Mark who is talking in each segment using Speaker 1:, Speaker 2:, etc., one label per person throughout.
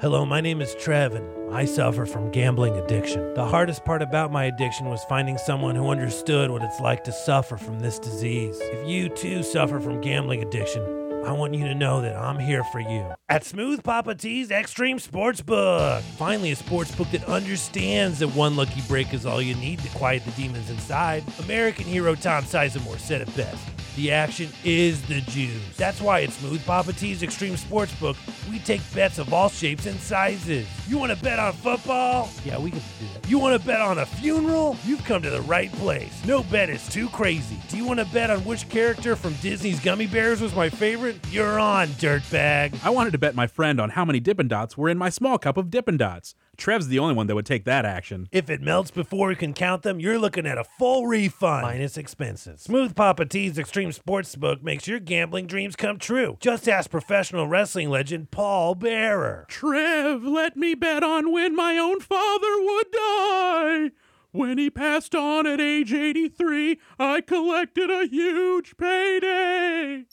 Speaker 1: Hello, my name is Trev, and I suffer from gambling addiction. The hardest part about my addiction was finding someone who understood what it's like to suffer from this disease. If you too suffer from gambling addiction, I want you to know that I'm here for you. At Smooth Papa T's Extreme Sportsbook. Finally, a sportsbook that understands that one lucky break is all you need to quiet the demons inside. American hero Tom Sizemore said it best. The action is the juice. That's why at Smooth Papa T's Extreme Sportsbook, we take bets of all shapes and sizes. You want to bet on football? Yeah, we can do that. You want to bet on a funeral? You've come to the right place. No bet is too crazy. Do you want to bet on which character from Disney's Gummy Bears was my favorite? You're on, dirtbag.
Speaker 2: I wanted to bet my friend on how many Dippin' Dots were in my small cup of Dippin' Dots. Trev's the only one that would take that action.
Speaker 1: If it melts before you can count them, you're looking at a full refund minus expenses. Smooth Papa T's Extreme Sportsbook makes your gambling dreams come true. Just ask professional wrestling legend Paul Bearer.
Speaker 2: Trev, let me bet on when my own father would die. When he passed on at age 83, I collected a huge payday.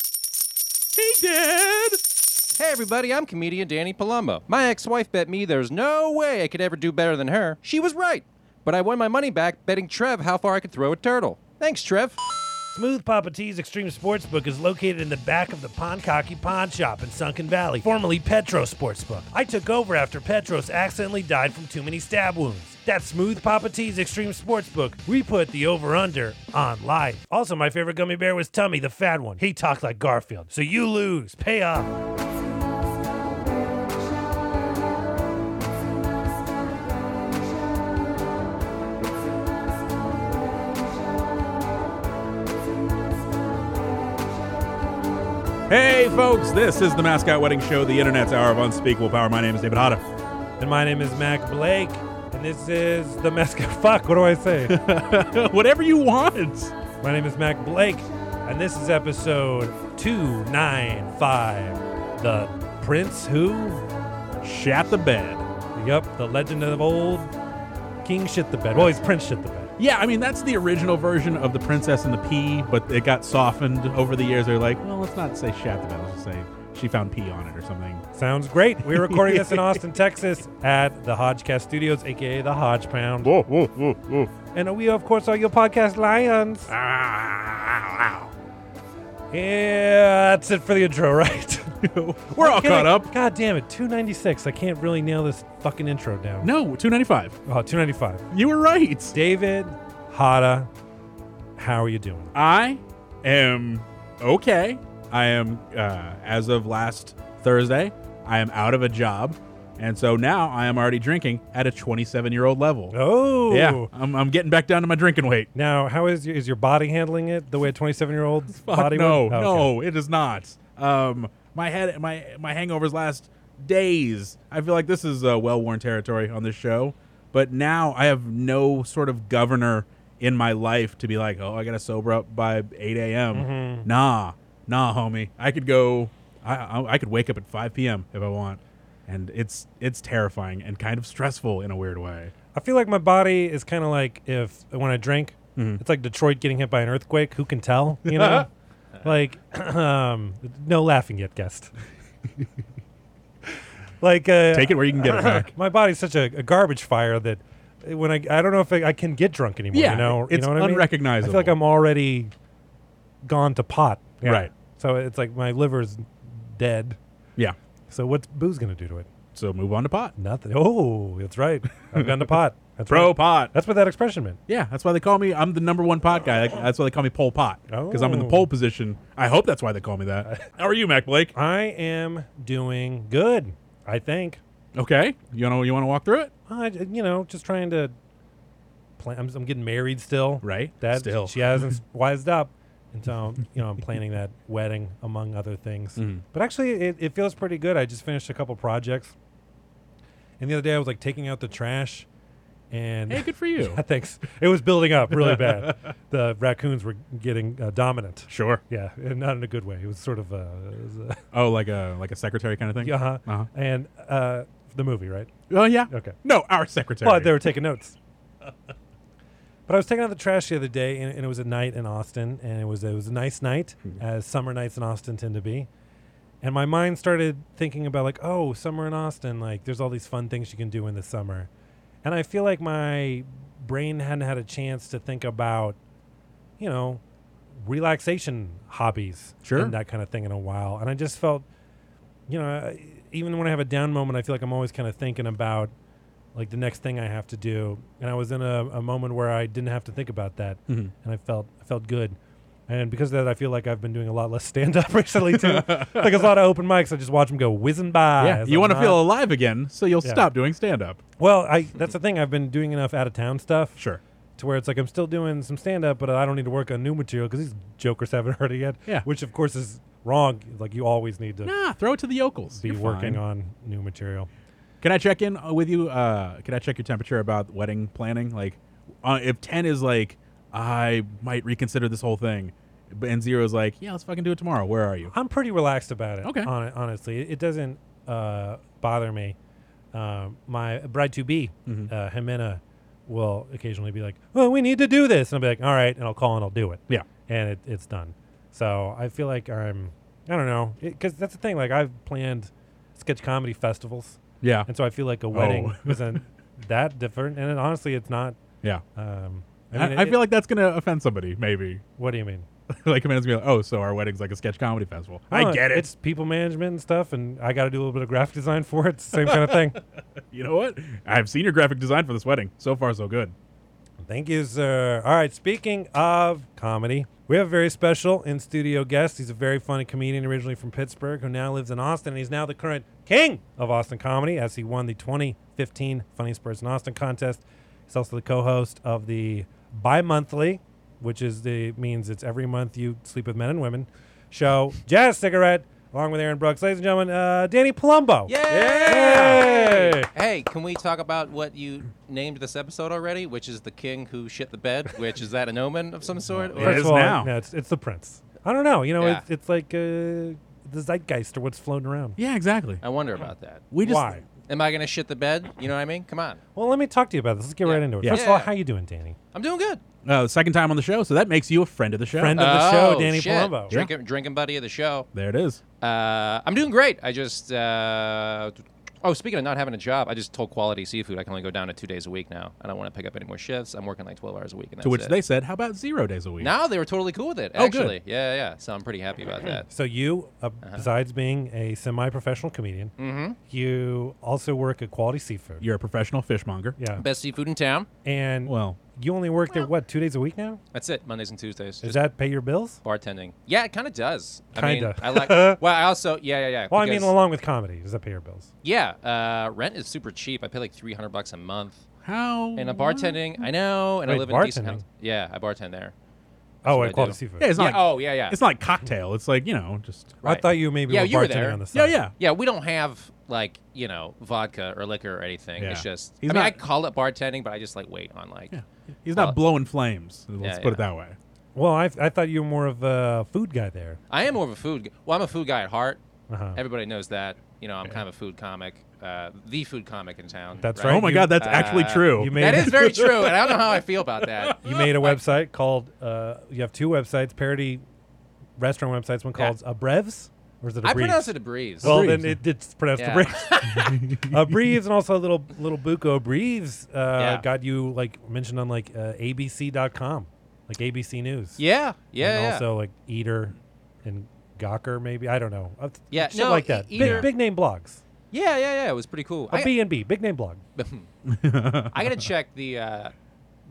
Speaker 2: He did.
Speaker 3: Hey everybody, I'm comedian Danny Palumbo. My ex-wife bet me there's no way I could ever do better than her. She was right. But I won my money back betting Trev how far I could throw a turtle. Thanks, Trev.
Speaker 1: Smooth Papa T's Extreme Sportsbook is located in the back of the Ponkaki Pawn Shop in Sunken Valley, formerly Petro Sportsbook. I took over after Petros accidentally died from too many stab wounds. That's Smooth Papa T's Extreme Sportsbook. We put the over under on life. Also, my favorite gummy bear was Tummy, the fat one. He talked like Garfield. So you lose. Pay up.
Speaker 2: Hey, folks, this is the Mascot Wedding Show, the internet's hour of unspeakable power. My name is David Hotta.
Speaker 1: And my name is Mac Blake, and this is the Mesca. Fuck, what do I say?
Speaker 2: Whatever you want.
Speaker 1: My name is Mac Blake, and this is episode 295. The Prince Who?
Speaker 2: Shat the bed.
Speaker 1: Yup, the legend of old King Shit the Bed. Well, he's Prince Shit the Bed.
Speaker 2: Yeah, I mean, that's the original version of The Princess and the Pea, but it got softened over the years. They're like, well, let's not say shat the bed. Let's just say she found pee on it or something.
Speaker 1: Sounds great. We're recording this in Austin, Texas at the Hodgecast Studios, aka the Hodge Pound.
Speaker 2: Whoa, whoa, whoa, whoa.
Speaker 1: And we, of course, are your podcast lions.
Speaker 2: Ah.
Speaker 1: Yeah, that's it for the intro, right?
Speaker 2: We're all caught up.
Speaker 1: God damn it, 296. I can't really nail this fucking intro down.
Speaker 2: No, 295.
Speaker 1: Oh, 295.
Speaker 2: You were right.
Speaker 1: David, Hada, how are you doing?
Speaker 2: I am okay. I am, uh, as of last Thursday, I am out of a job. And so now I am already drinking at a 27 year old level.
Speaker 1: Oh.
Speaker 2: Yeah, I'm, I'm getting back down to my drinking weight.
Speaker 1: Now, how is your, is your body handling it the way a 27 year old
Speaker 2: Fuck
Speaker 1: body
Speaker 2: no,
Speaker 1: would?
Speaker 2: no,
Speaker 1: Oh, okay.
Speaker 2: it is not. Um, my head, my my hangovers last days. I feel like this is uh, well worn territory on this show, but now I have no sort of governor in my life to be like, oh, I gotta sober up by eight a.m.
Speaker 1: Mm-hmm.
Speaker 2: Nah, nah, homie, I could go, I, I I could wake up at five p.m. if I want, and it's it's terrifying and kind of stressful in a weird way.
Speaker 1: I feel like my body is kind of like if when I drink,
Speaker 2: Mm-hmm.
Speaker 1: it's like Detroit getting hit by an earthquake. Who can tell? You know, like um, no laughing yet, guest. like uh,
Speaker 2: Take it where you can get it back.
Speaker 1: my body's such a, a garbage fire that when I I don't know if I, I can get drunk anymore.
Speaker 2: Yeah,
Speaker 1: you know,
Speaker 2: it's
Speaker 1: you know what I mean? I
Speaker 2: unrecognizable.
Speaker 1: feel like I'm already gone to pot. Yeah.
Speaker 2: Right.
Speaker 1: So it's like my liver's dead.
Speaker 2: Yeah,
Speaker 1: So what's booze gonna do to it?
Speaker 2: so move on to pot,
Speaker 1: Nothing. Oh, that's right. I've gone to pot. That's
Speaker 2: pro
Speaker 1: right.
Speaker 2: pot.
Speaker 1: That's what that expression meant.
Speaker 2: Yeah, that's why they call me. I'm the number one pot guy. That's why they call me pole pot because I'm in the
Speaker 1: Oh.
Speaker 2: pole position. I hope that's why they call me that. How are you, Mac Blake?
Speaker 1: I am doing good, I think.
Speaker 2: Okay, you want to you want to walk through it?
Speaker 1: I, you know, just trying to plan. I'm, I'm getting married still.
Speaker 2: Right,
Speaker 1: That
Speaker 2: still.
Speaker 1: she hasn't wised up, and so you know I'm planning that wedding among other things.
Speaker 2: Mm-hmm.
Speaker 1: But actually, it, it feels pretty good. I just finished a couple projects, and the other day I was like taking out the trash, and
Speaker 2: Hey, good for you.
Speaker 1: Yeah, thanks. It was building up really bad. the raccoons were getting uh, dominant.
Speaker 2: Sure.
Speaker 1: Yeah, and not in a good way. It was sort of uh, it was, uh,
Speaker 2: Oh, like a like a secretary kind of thing.
Speaker 1: Uh-huh.
Speaker 2: Uh-huh.
Speaker 1: And uh, the movie, right?
Speaker 2: Oh yeah.
Speaker 1: Okay.
Speaker 2: No, our secretary.
Speaker 1: Well, they were taking notes. But I was taking out the trash the other day, and,
Speaker 2: Hmm.
Speaker 1: and it was a night in Austin, and it was it was a nice night, as summer nights in Austin tend to be. And my mind started thinking about like, oh, summer in Austin, like there's all these fun things you can do in the summer. And I feel like my brain hadn't had a chance to think about, you know, relaxation hobbies
Speaker 2: Sure.
Speaker 1: and that kind of thing in a while. And I just felt, you know, I- even when I have a down moment, I feel like I'm always kind of thinking about like the next thing I have to do. And I was in a, a moment where I didn't have to think about that,
Speaker 2: Mhm.
Speaker 1: and I felt I felt good. And because of that, I feel like I've been doing a lot less stand up recently too. like there's a lot of open mics, I just watch them go whizzing by.
Speaker 2: yeah,
Speaker 1: as
Speaker 2: you
Speaker 1: I'm
Speaker 2: want to
Speaker 1: not-
Speaker 2: feel alive again, so you'll
Speaker 1: Yeah.
Speaker 2: stop doing stand up.
Speaker 1: well. I that's the thing. I've been doing enough out of town stuff
Speaker 2: Sure.
Speaker 1: to where it's like I'm still doing some stand up, but I don't need to work on new material because these jokers haven't heard it yet.
Speaker 2: Yeah.
Speaker 1: which of course is wrong. Like you always need to
Speaker 2: Nah, throw it to the yokels.
Speaker 1: be
Speaker 2: You're
Speaker 1: working
Speaker 2: fine.
Speaker 1: on new material.
Speaker 2: Can I check in uh, with you? Uh, can I check your temperature about wedding planning? Like, uh, if ten is like, I might reconsider this whole thing, but- and zero is like, yeah, let's fucking do it tomorrow. Where are you?
Speaker 1: I'm pretty relaxed about it.
Speaker 2: Okay.
Speaker 1: hon- honestly, it, it doesn't uh, bother me. Uh, my bride to be,
Speaker 2: Mm-hmm.
Speaker 1: uh, Jimena, will occasionally be like, "Well, we need to do this," and I'll be like, "All right," and I'll call and I'll do it.
Speaker 2: Yeah.
Speaker 1: and it, it's done. So I feel like I'm, I don't know, because that's the thing. Like I've planned sketch comedy festivals,
Speaker 2: Yeah,
Speaker 1: and so I feel like a wedding
Speaker 2: Oh.
Speaker 1: isn't that different. And it, honestly, it's not.
Speaker 2: yeah.
Speaker 1: Um,
Speaker 2: I,
Speaker 1: mean,
Speaker 2: I
Speaker 1: it-
Speaker 2: feel like that's gonna offend somebody. Maybe
Speaker 1: What do you mean?
Speaker 2: like, commands me like, oh, so our wedding's like a sketch comedy festival.
Speaker 1: No,
Speaker 2: I get it.
Speaker 1: Oh, It's people management and stuff, and I got to do a little bit of graphic design for it. It's the same kind of thing.
Speaker 2: You know what? I've seen your graphic design for this wedding. So far, so good.
Speaker 1: Thank you, sir. All right, speaking of comedy, we have a very special in studio guest. He's a very funny comedian originally from Pittsburgh who now lives in Austin, and he's now the current king of Austin comedy as he won the 2015 Funniest Person Austin contest. He's also the co host of the bi monthly, which is the means it's every month you sleep with men and women, show Jazz Cigarette, along with Aaron Brooks. Ladies and gentlemen, uh, Danny Palumbo.
Speaker 3: Yay!
Speaker 1: Yay!
Speaker 3: Hey, can we talk about what you named this episode already, which is the king who shit the bed? Which is that an omen of some sort? Or
Speaker 1: First
Speaker 2: is
Speaker 1: of all,
Speaker 2: now.
Speaker 1: yeah, it's, it's the prince. I don't know. You know,
Speaker 3: Yeah.
Speaker 1: it's, it's like uh, the zeitgeist or what's floating around.
Speaker 2: Yeah, exactly.
Speaker 3: I wonder about that.
Speaker 2: We just
Speaker 1: Why?
Speaker 3: Am I gonna shit the bed? You know what I mean? Come on.
Speaker 1: Well, let me talk to you about this. Let's get right into it.
Speaker 2: Yeah.
Speaker 1: First of all,
Speaker 3: Yeah.
Speaker 1: how you doing, Danny?
Speaker 3: I'm doing good.
Speaker 2: uh, second time on the show, so that makes you a friend of the show.
Speaker 1: Friend of- the
Speaker 3: oh,
Speaker 1: show, Danny
Speaker 3: shit.
Speaker 1: Palumbo.
Speaker 3: Drinking, drinking buddy of the show.
Speaker 2: there it is.
Speaker 3: Uh, I'm doing great. I just. Uh, oh, speaking of not having a job, I just told Quality Seafood I can only go down to two days a week now. I don't want to pick up any more shifts. I'm working like 12 hours a week. And that's
Speaker 2: To which
Speaker 3: it.
Speaker 2: they said, "How about zero days a week?"
Speaker 3: No, they were totally cool with it.
Speaker 2: Oh, good.
Speaker 3: Actually, yeah, yeah. yeah. So I'm pretty happy about that.
Speaker 1: So you, uh,
Speaker 2: Uh-huh.
Speaker 1: besides being a semi-professional comedian, you also work at Quality Seafood.
Speaker 2: Mm-hmm. You're a professional fishmonger.
Speaker 1: yeah,
Speaker 3: Best seafood in town.
Speaker 1: and
Speaker 2: Well,
Speaker 1: you only work there what two days a week now?
Speaker 3: That's it. Mondays and Tuesdays.
Speaker 1: Does
Speaker 3: Just
Speaker 1: that pay your bills?
Speaker 3: bartending. Yeah, it kind of does. I mean,
Speaker 1: Kinda.
Speaker 3: I like. Well, I also. Yeah, yeah, yeah.
Speaker 1: Well, I mean,
Speaker 3: because-
Speaker 1: along with comedy, does that pay your bills?
Speaker 3: yeah. Uh, rent is super cheap. I pay like 300 bucks a month.
Speaker 2: how?
Speaker 3: And a bartending, I know. And I
Speaker 1: Wait,
Speaker 3: live in a decent
Speaker 1: bartending?
Speaker 3: house. Yeah, I bartend there.
Speaker 1: Oh,
Speaker 3: what I
Speaker 1: at
Speaker 3: do.
Speaker 1: Quality Seafood.
Speaker 2: Yeah, it's not.
Speaker 3: Yeah, oh, yeah, yeah.
Speaker 2: It's not like cocktail. It's like you know, just
Speaker 1: I
Speaker 3: right.
Speaker 1: thought you maybe
Speaker 3: Yeah,
Speaker 1: were
Speaker 3: you were
Speaker 1: bartending
Speaker 3: there.
Speaker 1: on the side.
Speaker 2: yeah, yeah.
Speaker 3: Yeah, we don't have like you know vodka or liquor or anything.
Speaker 2: Yeah.
Speaker 3: It's just
Speaker 2: He's
Speaker 3: I mean
Speaker 2: not-
Speaker 3: I call it bartending, but I just like wait on like
Speaker 2: Yeah. He's not
Speaker 3: Well-
Speaker 2: blowing flames. Let's
Speaker 3: Yeah,
Speaker 2: put it
Speaker 3: yeah.
Speaker 2: that way.
Speaker 1: Well, I, I thought you were more of a food guy there.
Speaker 3: I am more of a food. g- Well, I'm a food guy at heart.
Speaker 1: Uh-huh.
Speaker 3: Everybody knows that. You know, I'm kind of a food comic, uh, the food comic in town.
Speaker 1: That's
Speaker 2: Oh
Speaker 1: Right,
Speaker 2: my
Speaker 1: you-
Speaker 2: God, that's actually
Speaker 3: Uh,
Speaker 2: true.
Speaker 1: you made-
Speaker 3: That is very true, and I don't know how I feel about that.
Speaker 1: You made a website called. Uh, you have two websites, parody restaurant websites. One
Speaker 3: Yeah.
Speaker 1: called Abrevs, or is it? Abrevs?
Speaker 3: I pronounce it a breeze.
Speaker 1: Well,
Speaker 2: Abreves,
Speaker 1: then
Speaker 2: yeah.
Speaker 1: it, it's pronounced
Speaker 3: Yeah.
Speaker 1: Abreves. Abreves, and also little little Buco Abreves uh,
Speaker 3: Yeah.
Speaker 1: got you like mentioned on like uh, ABC.com, like ABC News.
Speaker 3: yeah, yeah,
Speaker 1: and
Speaker 3: yeah.
Speaker 1: also like Eater and Gawker, maybe I don't know. Uh,
Speaker 3: Yeah,
Speaker 1: shit
Speaker 3: no,
Speaker 1: like that.
Speaker 3: E-
Speaker 1: big,
Speaker 3: Eater-
Speaker 1: big name blogs.
Speaker 3: yeah, yeah, yeah. It was pretty cool.
Speaker 1: A
Speaker 3: I- Hmm.
Speaker 1: B and B, big name blog.
Speaker 3: I gotta check the, uh,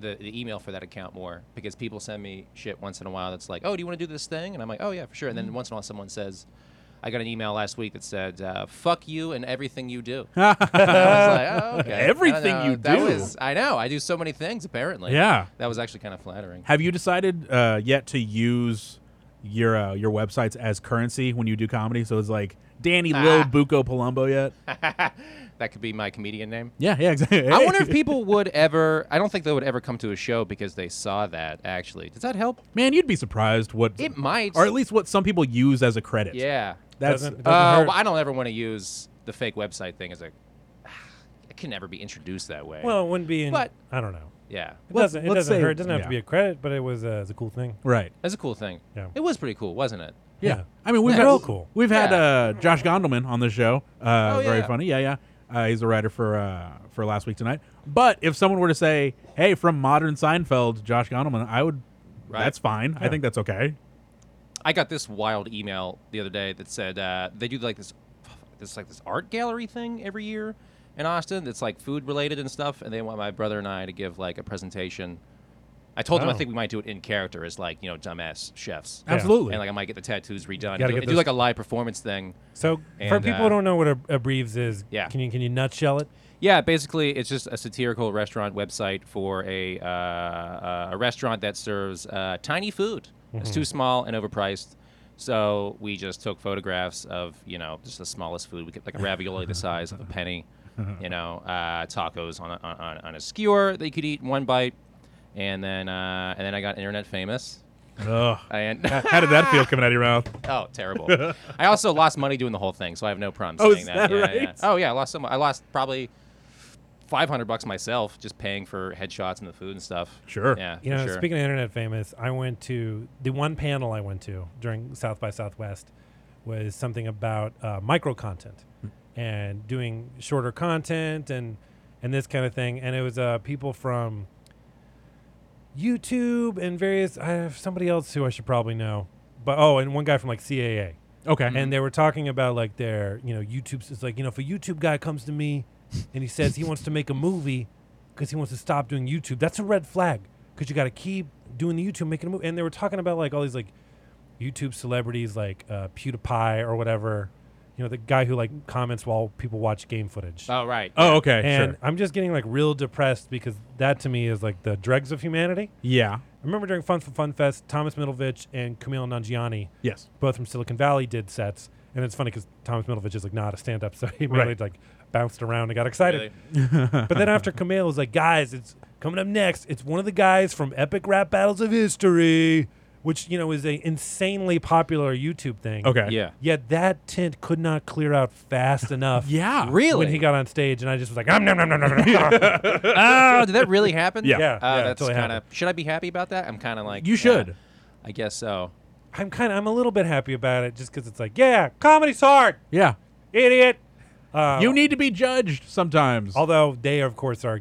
Speaker 3: the the email for that account more because people send me shit once in a while that's like, oh, do you want to do this thing? And I'm like, oh yeah, for sure. And
Speaker 2: Mm-hmm.
Speaker 3: then once in a while, someone says, I got an email last week that said, uh, fuck you and everything you do. And I was like, oh, okay. I don't
Speaker 2: Everything
Speaker 3: know.
Speaker 2: you
Speaker 3: That
Speaker 2: do.
Speaker 3: was- I know. I do so many things apparently.
Speaker 2: Yeah.
Speaker 3: That was actually kind of flattering.
Speaker 2: Have you decided uh, yet to use your uh, your websites as currency when you do comedy? So it's like Danny Lil
Speaker 3: Ah.
Speaker 2: Buco Palumbo yet?
Speaker 3: that could be my comedian name.
Speaker 2: Yeah, yeah, exactly.
Speaker 3: I wonder if people would ever. I don't think they would ever come to a show because they saw that. Actually, does that help?
Speaker 2: man, you'd be surprised what
Speaker 3: It might.
Speaker 2: or at least what some people use as a credit.
Speaker 3: yeah.
Speaker 2: that's
Speaker 1: Doesn't- doesn't
Speaker 3: Uh,
Speaker 1: hurt.
Speaker 3: well, I don't ever want to use the fake website thing as a. It can never be introduced that way.
Speaker 1: Well, it wouldn't be in.
Speaker 3: But-
Speaker 1: I don't know.
Speaker 3: yeah,
Speaker 1: It
Speaker 2: Let's-
Speaker 1: doesn't. It
Speaker 2: let's
Speaker 1: doesn't
Speaker 2: say-
Speaker 1: hurt. It doesn't have
Speaker 2: yeah.
Speaker 1: to be a credit, but it was uh, it's a cool thing.
Speaker 2: right.
Speaker 3: that's a cool thing.
Speaker 1: Yeah.
Speaker 3: It was pretty cool, wasn't it?
Speaker 1: Yeah.
Speaker 2: I mean, we've
Speaker 3: Nice.
Speaker 2: had
Speaker 1: Real cool.
Speaker 2: We've had
Speaker 3: Yeah.
Speaker 2: uh, Josh Gondelman on the show. Uh,
Speaker 3: Oh,
Speaker 2: Very
Speaker 3: yeah.
Speaker 2: funny. Yeah, yeah. Uh, he's a writer for uh, for last week tonight. But if someone were to say, "Hey, from modern Seinfeld, Josh Gondelman," I would.
Speaker 3: Right.
Speaker 2: That's fine. I think that's okay.
Speaker 3: I got this wild email the other day that said uh, they do like this, this like this art gallery thing every year in Austin. That's like food related and stuff, and they want my brother and I to give like a presentation. I told them I
Speaker 1: Oh.
Speaker 3: think we might do it in character as like you know dumbass chefs,
Speaker 1: Yeah.
Speaker 2: Absolutely.
Speaker 3: and like I might get the tattoos redone.
Speaker 1: Gotta
Speaker 3: Do,
Speaker 1: get
Speaker 3: do
Speaker 1: those-
Speaker 3: like a live performance thing.
Speaker 1: So for
Speaker 3: And,
Speaker 1: people
Speaker 3: uh,
Speaker 1: who don't know what a, a Breves is,
Speaker 3: Yeah.
Speaker 1: can you can you nutshell it?
Speaker 3: Yeah, basically, it's just a satirical restaurant website for a uh, uh, a restaurant that serves uh, tiny food. It's too small and overpriced. So we just took photographs of you know just the smallest food. We could like a ravioli the size of a penny, you know, uh, tacos on a, on, on- on a skewer that you could eat in one bite, and then uh, and then I got internet famous.
Speaker 2: Ugh.
Speaker 3: And
Speaker 2: How did that feel coming out of your mouth?
Speaker 3: oh, terrible! I also lost money doing the whole thing, so I have no problem
Speaker 2: Oh,
Speaker 3: saying
Speaker 2: is
Speaker 3: that.
Speaker 2: that
Speaker 3: yeah,
Speaker 2: right?
Speaker 3: yeah. Oh yeah, I lost some. I lost probably five hundred bucks myself just paying for headshots and the food and stuff.
Speaker 2: Sure.
Speaker 3: Yeah.
Speaker 1: You know,
Speaker 3: for sure.
Speaker 1: speaking of internet famous, I went to the one panel I went to during South by Southwest was something about uh, micro content
Speaker 3: Hmm.
Speaker 1: and doing shorter content and and this kind of thing. And it was uh, people from YouTube and various. I have somebody else who I should probably know, but oh, and one guy from like CAA.
Speaker 2: Okay.
Speaker 1: and they were talking about like their you know YouTube. It's like you know if a YouTube guy comes to me and he says he wants to make a movie because he wants to stop doing YouTube, that's a red flag because you got to keep doing the YouTube making a movie. And they were talking about like all these like YouTube celebrities like uh, PewDiePie or whatever, you know the guy who like comments while people watch game footage.
Speaker 3: oh right.
Speaker 2: oh, okay.
Speaker 1: and
Speaker 2: sure.
Speaker 1: I'm just getting like real depressed because that to me is like the dregs of humanity.
Speaker 2: Yeah.
Speaker 1: I remember during Fun for Fun Fest, Thomas Middlevich and Camille Nangiani
Speaker 2: Yes.
Speaker 1: both from Silicon Valley did sets, and it's funny because Thomas Middlevich is like not a stand-up, so he mainly
Speaker 2: Right.
Speaker 1: like bounced around and got excited. but then after Camille was like, "Guys, it's coming up next. It's one of the guys from Epic Rap Battles of History, which you know is a insanely popular YouTube thing."
Speaker 2: Okay.
Speaker 3: Yeah.
Speaker 1: Yet that tent could not clear out fast enough.
Speaker 2: Yeah.
Speaker 3: Really?
Speaker 1: When he got on stage, and I just was like, "Um, nom, nom, nom, nom, nom."
Speaker 3: oh, did that really happen?
Speaker 2: Yeah.
Speaker 1: Yeah,
Speaker 3: Uh,
Speaker 1: yeah, it
Speaker 3: that's
Speaker 1: totally
Speaker 3: kind of.
Speaker 1: happened.
Speaker 3: Should I be happy about that? I'm kind of like.
Speaker 2: You
Speaker 3: yeah,
Speaker 2: should.
Speaker 3: I guess so.
Speaker 1: I'm kind of, I'm a little bit happy about it, just because it's like, yeah, comedy's hard,
Speaker 2: Yeah.
Speaker 1: idiot. Uh,
Speaker 2: You need to be judged sometimes.
Speaker 1: Although they, of course, are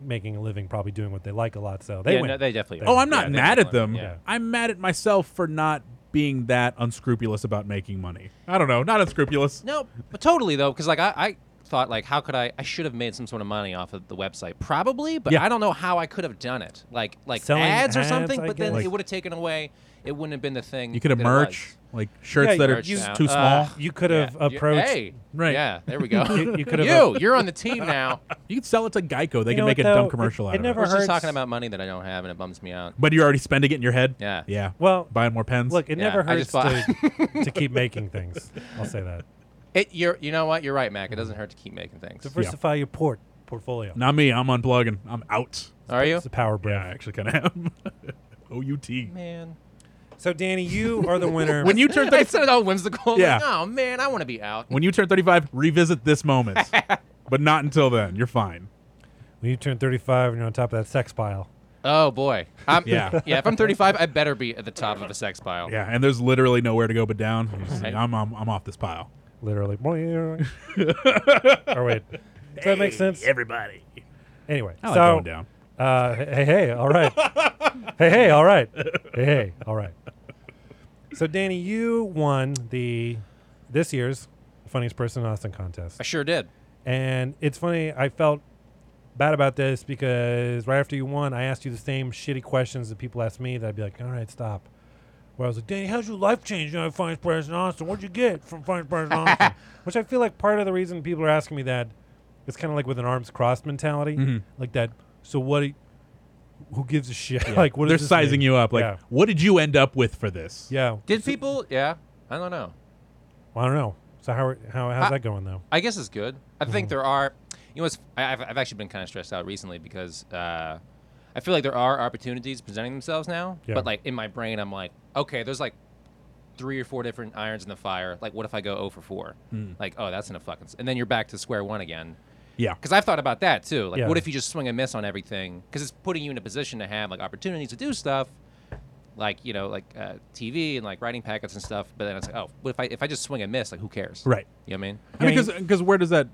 Speaker 1: making a living, probably doing what they like a lot, so they
Speaker 3: yeah,
Speaker 1: win.
Speaker 3: no, they definitely.
Speaker 2: Oh, I'm not
Speaker 3: yeah, they
Speaker 2: mad at
Speaker 3: definitely-
Speaker 2: them.
Speaker 3: Yeah.
Speaker 2: I'm mad at myself for not being that unscrupulous about making money. I don't know, not unscrupulous.
Speaker 3: No, but totally though, because like I, I thought like how could I? I should have made some sort of money off of the website, probably, but
Speaker 2: Yeah.
Speaker 3: I don't know how I could have done it. Like like
Speaker 1: Selling
Speaker 3: ads, or
Speaker 1: ads,
Speaker 3: something,
Speaker 1: I
Speaker 3: but then
Speaker 1: guess.
Speaker 3: it would have taken away. It wouldn't have been the thing.
Speaker 2: You could have
Speaker 3: that it
Speaker 2: merch, like shirts
Speaker 1: Yeah,
Speaker 2: that are
Speaker 3: merch now.
Speaker 2: too small.
Speaker 3: Ugh.
Speaker 1: you could
Speaker 3: was.
Speaker 1: have
Speaker 3: Yeah. You-
Speaker 1: approached.
Speaker 3: Hey,
Speaker 2: Right.
Speaker 3: Yeah, there we go.
Speaker 1: You- you could have
Speaker 3: You, you're on the team now.
Speaker 2: you could sell it to Geico. They
Speaker 1: You
Speaker 2: can
Speaker 1: know
Speaker 2: make
Speaker 1: what,
Speaker 2: a
Speaker 1: though?
Speaker 2: dumb
Speaker 1: It-
Speaker 2: commercial out
Speaker 1: it
Speaker 2: of
Speaker 1: never-
Speaker 2: it.
Speaker 3: We're just
Speaker 1: hurts.
Speaker 3: talking about money that I don't have, and it bums me out.
Speaker 2: But you're already spending it in your head.
Speaker 3: Yeah.
Speaker 2: Yeah.
Speaker 1: Well,
Speaker 2: Buying more pens.
Speaker 1: look, it
Speaker 3: Yeah,
Speaker 1: never
Speaker 3: I
Speaker 1: hurts
Speaker 3: just
Speaker 1: to, to keep making things. I'll say that.
Speaker 3: It, you're, you know what? You're right, Mac. It doesn't hurt to keep making things.
Speaker 1: Diversify your port portfolio.
Speaker 2: not me. I'm unplugging. I'm out.
Speaker 3: Are you?
Speaker 1: It's a power
Speaker 2: Yeah,
Speaker 1: breath.
Speaker 2: I actually kind of am. O U T.
Speaker 3: Man,
Speaker 1: So, Danny, you are the winner.
Speaker 2: When you turn
Speaker 3: I
Speaker 2: 30,
Speaker 3: said it all whimsical. I'm
Speaker 2: Yeah.
Speaker 3: Like, oh man, I want to be out.
Speaker 2: when you turn 35, revisit this moment, but not until then. You're fine.
Speaker 1: when you turn 35 and you're on top of that sex pile.
Speaker 3: Oh boy. I'm,
Speaker 2: Yeah.
Speaker 3: yeah. If I'm 35, I better be at the top of a sex pile.
Speaker 2: Yeah, and there's literally nowhere to go but down. You just say,
Speaker 3: Right.
Speaker 2: I'm, I'm I'm off this pile.
Speaker 1: Literally. or wait. Does that make sense?
Speaker 2: Everybody.
Speaker 1: Anyway.
Speaker 2: I like
Speaker 1: so,
Speaker 2: going down.
Speaker 1: Uh, hey, hey, all right. hey, hey, all right. Hey, hey, all right. So, Danny, you won the this year's funniest person in Austin contest,
Speaker 3: I sure did.
Speaker 1: and it's funny. I felt bad about this because right after you won, I asked you the same shitty questions that people asked me. That I'd be like, all right, stop. Where I was like, Danny, how's your life changed? You know, funniest person in Austin. What'd you get from funniest person in Austin? Which I feel like part of the reason people are asking me that it's kind of like with an arms crossed mentality,
Speaker 2: Mm-hmm.
Speaker 1: like that. So what? do- Who gives a shit? Like what?
Speaker 2: They're
Speaker 1: does this mean?
Speaker 2: sizing you up. Like,
Speaker 1: yeah.
Speaker 2: what did you end up with for this?
Speaker 1: yeah.
Speaker 3: Did people? Yeah. I don't know.
Speaker 1: Well, I don't know. So how are, how how's
Speaker 3: I-
Speaker 1: that going though?
Speaker 3: I guess it's good. I think there are, you know, it's, I, I've, I've actually been kind of stressed out recently because uh, I feel like there are opportunities presenting themselves now.
Speaker 1: Yeah.
Speaker 3: But like in my brain, I'm like, okay, there's like three or four different irons in the fire. Like, what if I go 0 for 4? Like, oh, that's in a fucking. s- And then you're back to square one again.
Speaker 2: Yeah.
Speaker 3: Because I've thought about that too. Like,
Speaker 1: Yeah.
Speaker 3: what if you just swing a miss on everything? Because it's putting you in a position to have like opportunities to do stuff like you know like uh, TV and like writing packets and stuff. But then it's like, oh, but if I if I just swing and miss, like who cares?
Speaker 1: Right.
Speaker 3: You know what I mean?
Speaker 2: I mean, because where does that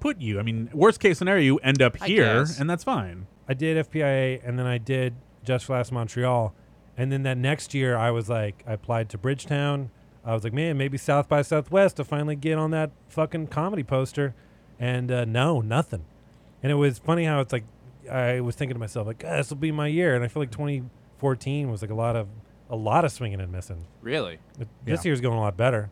Speaker 2: put you? I mean, worst case scenario, you end up
Speaker 3: I
Speaker 2: here,
Speaker 3: guess.
Speaker 2: and that's fine.
Speaker 1: I did FPIA and then I did Just for Last Montreal. And then that next year, I was like, I applied to Bridgetown. I was like, man, maybe South by Southwest to finally get on that fucking comedy poster. And uh, no, nothing. And it was funny how it's like, I was thinking to myself, like, God, this will be my year. And I feel like 2014 was like a lot of, a lot of swinging and missing.
Speaker 3: Really?
Speaker 1: But This year's going a lot better.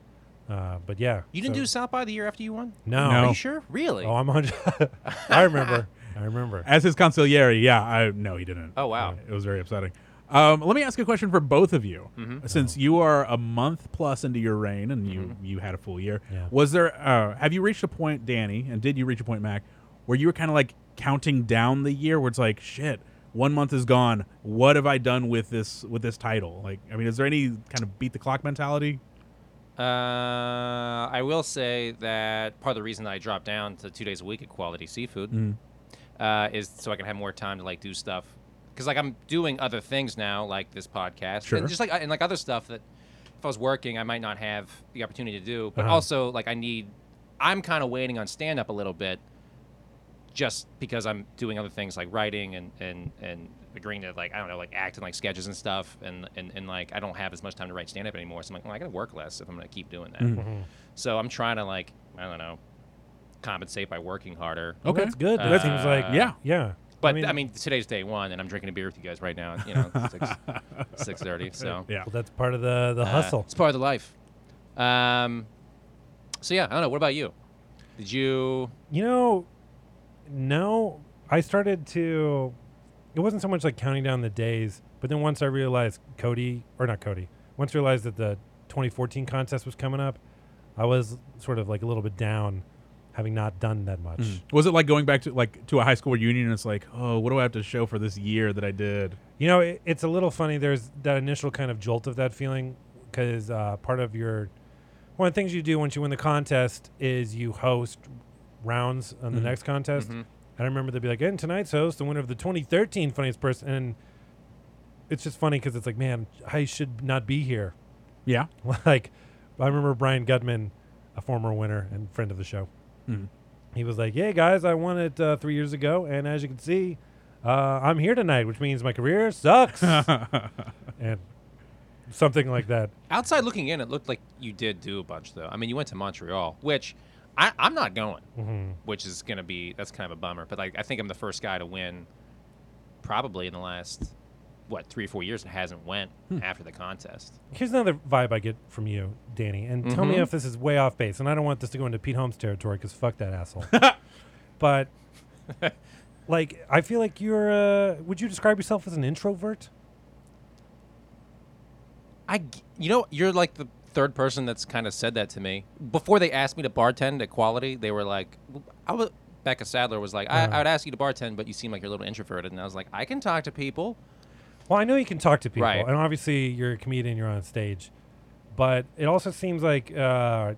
Speaker 1: Uh, but yeah.
Speaker 3: You didn't
Speaker 1: so-
Speaker 3: do South by the year after you won?
Speaker 1: No.
Speaker 2: No.
Speaker 3: Are you sure? Really?
Speaker 1: Oh, I'm 100. I remember. I remember.
Speaker 2: As his consigliere, yeah, I no, he didn't.
Speaker 3: Oh, wow.
Speaker 2: it was very upsetting. Um, let me ask a question for both of you, Uh, since you are a month plus into your reign and you you had a full year.
Speaker 1: Yeah.
Speaker 2: Was there? Uh, have you reached a point, Danny, and did you reach a point, Mac, where you were kind of like counting down the year, where it's like, shit, one month is gone. What have I done with this with this title? Like, I mean, is there any kind of beat the clock mentality?
Speaker 3: Uh, I will say that part of the reason I dropped down to two days a week at Quality Seafood uh, is so I can have more time to like do stuff because like I'm doing other things now, like this podcast,
Speaker 2: Sure.
Speaker 3: and just like and like other stuff that if I was working, I might not have the opportunity to do. But
Speaker 1: Uh-huh.
Speaker 3: also like I need, I'm kind of waiting on stand up a little bit, just because I'm doing other things like writing and and and agreeing to like I don't know like acting like sketches and stuff and and, and like I don't have as much time to write stand up anymore so I'm like well, I gotta work less if I'm gonna keep doing that so I'm trying to like I don't know compensate by working harder
Speaker 1: Well,
Speaker 2: Okay.
Speaker 1: That's good. That
Speaker 3: Uh,
Speaker 1: seems like,
Speaker 2: yeah.
Speaker 1: Yeah.
Speaker 3: but I mean, today's day one and I'm drinking a beer with you guys right now you know six six thirty so
Speaker 2: Yeah.
Speaker 1: Well, that's part of the the
Speaker 3: uh,
Speaker 1: hustle.
Speaker 3: it's part of the life um so yeah I don't know what about you did you
Speaker 1: You know, no, I started to. It wasn't so much like counting down the days, but then once I realized Cody or not Cody, once I realized that the 2014 contest was coming up, I was sort of like a little bit down, having not done that much.
Speaker 2: Was it like going back to like to a high school reunion? And it's like, oh, what do I have to show for this year that I did?
Speaker 1: You know, it, it's a little funny. There's that initial kind of jolt of that feeling because uh, part of your one of the things you do once you win the contest is you host rounds on the next contest. And I remember they'd be like, "And tonight's host, the winner of the 2013 funniest person." And it's just funny because it's like, man, I should not be here.
Speaker 2: Yeah.
Speaker 1: like, I remember Brian Gutman, a former winner and friend of the show he was like, "Yeah, guys, I won it uh, three years ago, and as you can see, uh, I'm here tonight, which means my career sucks." and something like that.
Speaker 3: Outside looking in, it looked like you did do a bunch, though. I mean, you went to Montreal, which I, I'm not going,
Speaker 1: Mm-hmm.
Speaker 3: which is going to be that's kind of a bummer. But like, I think I'm the first guy to win, probably in the last what three or four years that hasn't went
Speaker 1: Hmm.
Speaker 3: after the contest.
Speaker 1: Here's another vibe I get from you, Danny, and tell me
Speaker 3: Mhm.
Speaker 1: if this is way off base. And I don't want this to go into Pete Holmes territory because fuck that asshole. but like, I feel like you're. Uh, would you describe yourself as an introvert?
Speaker 3: I, g- you know, you're like the third person that's kind of said that to me. Before they asked me to bartend at Quality, they were like, I was, Becca Sadler was like, I,
Speaker 1: Uh-huh.
Speaker 3: I would ask you to bartend, but you seem like you're a little introverted. And I was like, I can talk to people.
Speaker 1: Well, I know you can talk to people,
Speaker 3: Right.
Speaker 1: and obviously you're a comedian, you're on stage, but it also seems like, uh,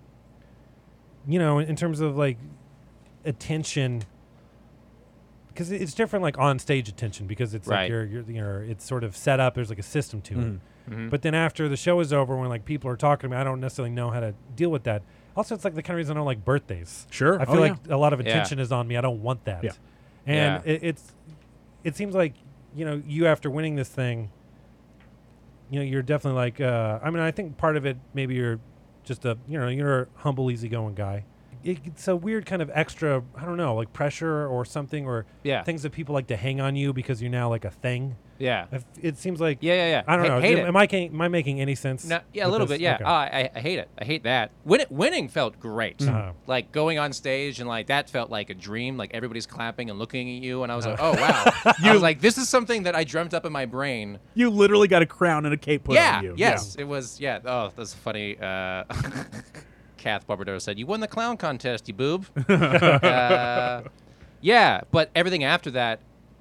Speaker 1: you know, in terms of like attention, because it's different, like on stage attention, because it's like
Speaker 3: Right. Mm-hmm.
Speaker 1: you're, you're, you're, it's sort of set up. There's like a system to it. But then after the show is over, when like people are talking to me, I don't necessarily know how to deal with that. Also, it's like the kind of reason I don't like birthdays.
Speaker 2: Sure.
Speaker 1: I
Speaker 2: Oh,
Speaker 1: feel like a lot of
Speaker 3: Yeah.
Speaker 1: attention is on me. I don't want that.
Speaker 2: Yeah.
Speaker 1: And
Speaker 3: Yeah.
Speaker 1: It, it's it seems like you know you after winning this thing, you know you're definitely like uh, I mean I think part of it maybe you're just a you know you're a humble easygoing guy. It, it's a weird kind of extra I don't know like pressure or something or
Speaker 3: Yeah.
Speaker 1: things that people like to hang on you because you're now like a thing.
Speaker 3: Yeah.
Speaker 1: If- It seems like
Speaker 3: Yeah, yeah, yeah.
Speaker 1: I don't
Speaker 3: Ha-
Speaker 1: know.
Speaker 3: hate
Speaker 1: am,
Speaker 3: it.
Speaker 1: am I ca- am I making any sense?
Speaker 3: No, yeah, a
Speaker 1: with
Speaker 3: little
Speaker 1: this?
Speaker 3: bit. Yeah,
Speaker 1: Okay.
Speaker 3: Ah, I, I hate it. I hate that. Win- winning felt great.
Speaker 2: Mm-hmm.
Speaker 1: Uh-huh.
Speaker 3: Like going on stage and like that felt like a dream. Like everybody's clapping and looking at you, and I was like,
Speaker 2: Uh-huh.
Speaker 3: oh wow. I was like, this is something that I dreamt up in my brain.
Speaker 2: You literally got a crown and a cape put
Speaker 3: yeah.
Speaker 2: on you.
Speaker 3: Yes, it was. Yeah. Oh, that's funny. Uh, Kath Barbadero said, "You won the clown contest, you boob." uh, yeah, but everything after that,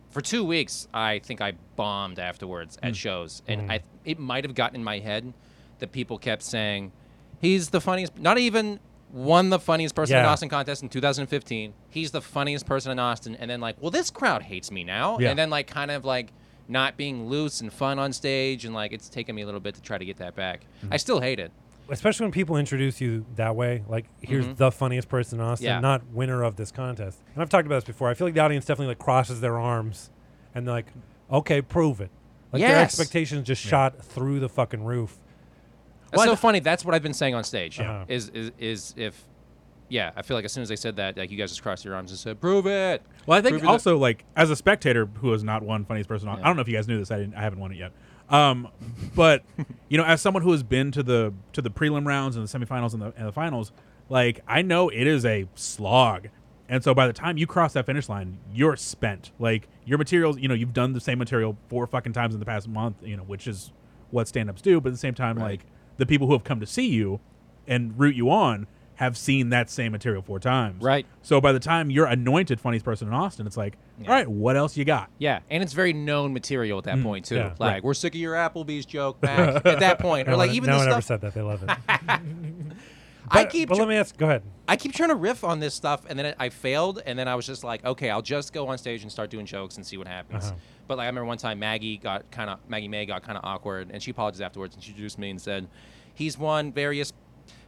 Speaker 3: for two weeks, I think I bombed afterwards at shows, and I it might have gotten in my head that people kept saying, "He's the funniest." Not even won the funniest person in
Speaker 1: Yeah.
Speaker 3: Austin contest in 2015. He's the funniest person in Austin, and then like, well, this crowd hates me now,
Speaker 2: Yeah.
Speaker 3: and then like kind of like not being loose and fun on stage, and like it's taken me a little bit to try to get that back. I still hate it.
Speaker 1: Especially when people introduce you that way, like here's
Speaker 3: Mhm.
Speaker 1: the funniest person in Austin,
Speaker 3: Yeah.
Speaker 1: not winner of this contest. And I've talked about this before. I feel like the audience definitely like crosses their arms and they're like, okay, prove it. Like their
Speaker 3: Yes.
Speaker 1: expectations just shot through the fucking roof.
Speaker 3: That's
Speaker 1: Well, I-
Speaker 3: so funny. That's what I've been saying on stage.
Speaker 1: Uh-huh.
Speaker 3: Is, is is if yeah, I feel like as soon as they said that, like you guys just crossed your arms and said, "Prove it."
Speaker 2: Well, I think
Speaker 3: Prove it.
Speaker 2: also like as a spectator who has not won funniest person, on, I
Speaker 3: Yeah.
Speaker 2: don't know if you guys knew this. I didn't. I haven't won it yet. Um, but you know, as someone who has been to the to the prelim rounds and the semifinals and the and the finals, like I know it is a slog. And so by the time you cross that finish line, you're spent. Like your materials, you know, you've done the same material four fucking times in the past month. You know, which is what stand-ups do. But at the same time,
Speaker 3: Right.
Speaker 2: like the people who have come to see you and root you on have seen that same material four times.
Speaker 3: Right.
Speaker 2: So by the time you're anointed funniest person in Austin, it's like, all right, what else you got?
Speaker 3: Yeah, and it's very known material at that point too.
Speaker 1: Mm, yeah,
Speaker 3: like
Speaker 1: right.
Speaker 3: we're sick of your Applebee's joke, Mac. at that point, or
Speaker 1: No
Speaker 3: like
Speaker 1: one-
Speaker 3: even
Speaker 1: no
Speaker 3: the
Speaker 1: one ever said
Speaker 3: stuff
Speaker 1: that. They love it.
Speaker 3: I
Speaker 1: But-
Speaker 3: keep
Speaker 1: But
Speaker 3: tr-
Speaker 1: let me ask. Go ahead.
Speaker 3: I keep trying to riff on this stuff, and then it, I failed, and then I was just like, okay, I'll just go on stage and start doing jokes and see what happens.
Speaker 1: Uh-huh.
Speaker 3: But like I remember one time Maggie got kind of Maggie May got kind of awkward, and she apologized afterwards, and she introduced me and said, he's won various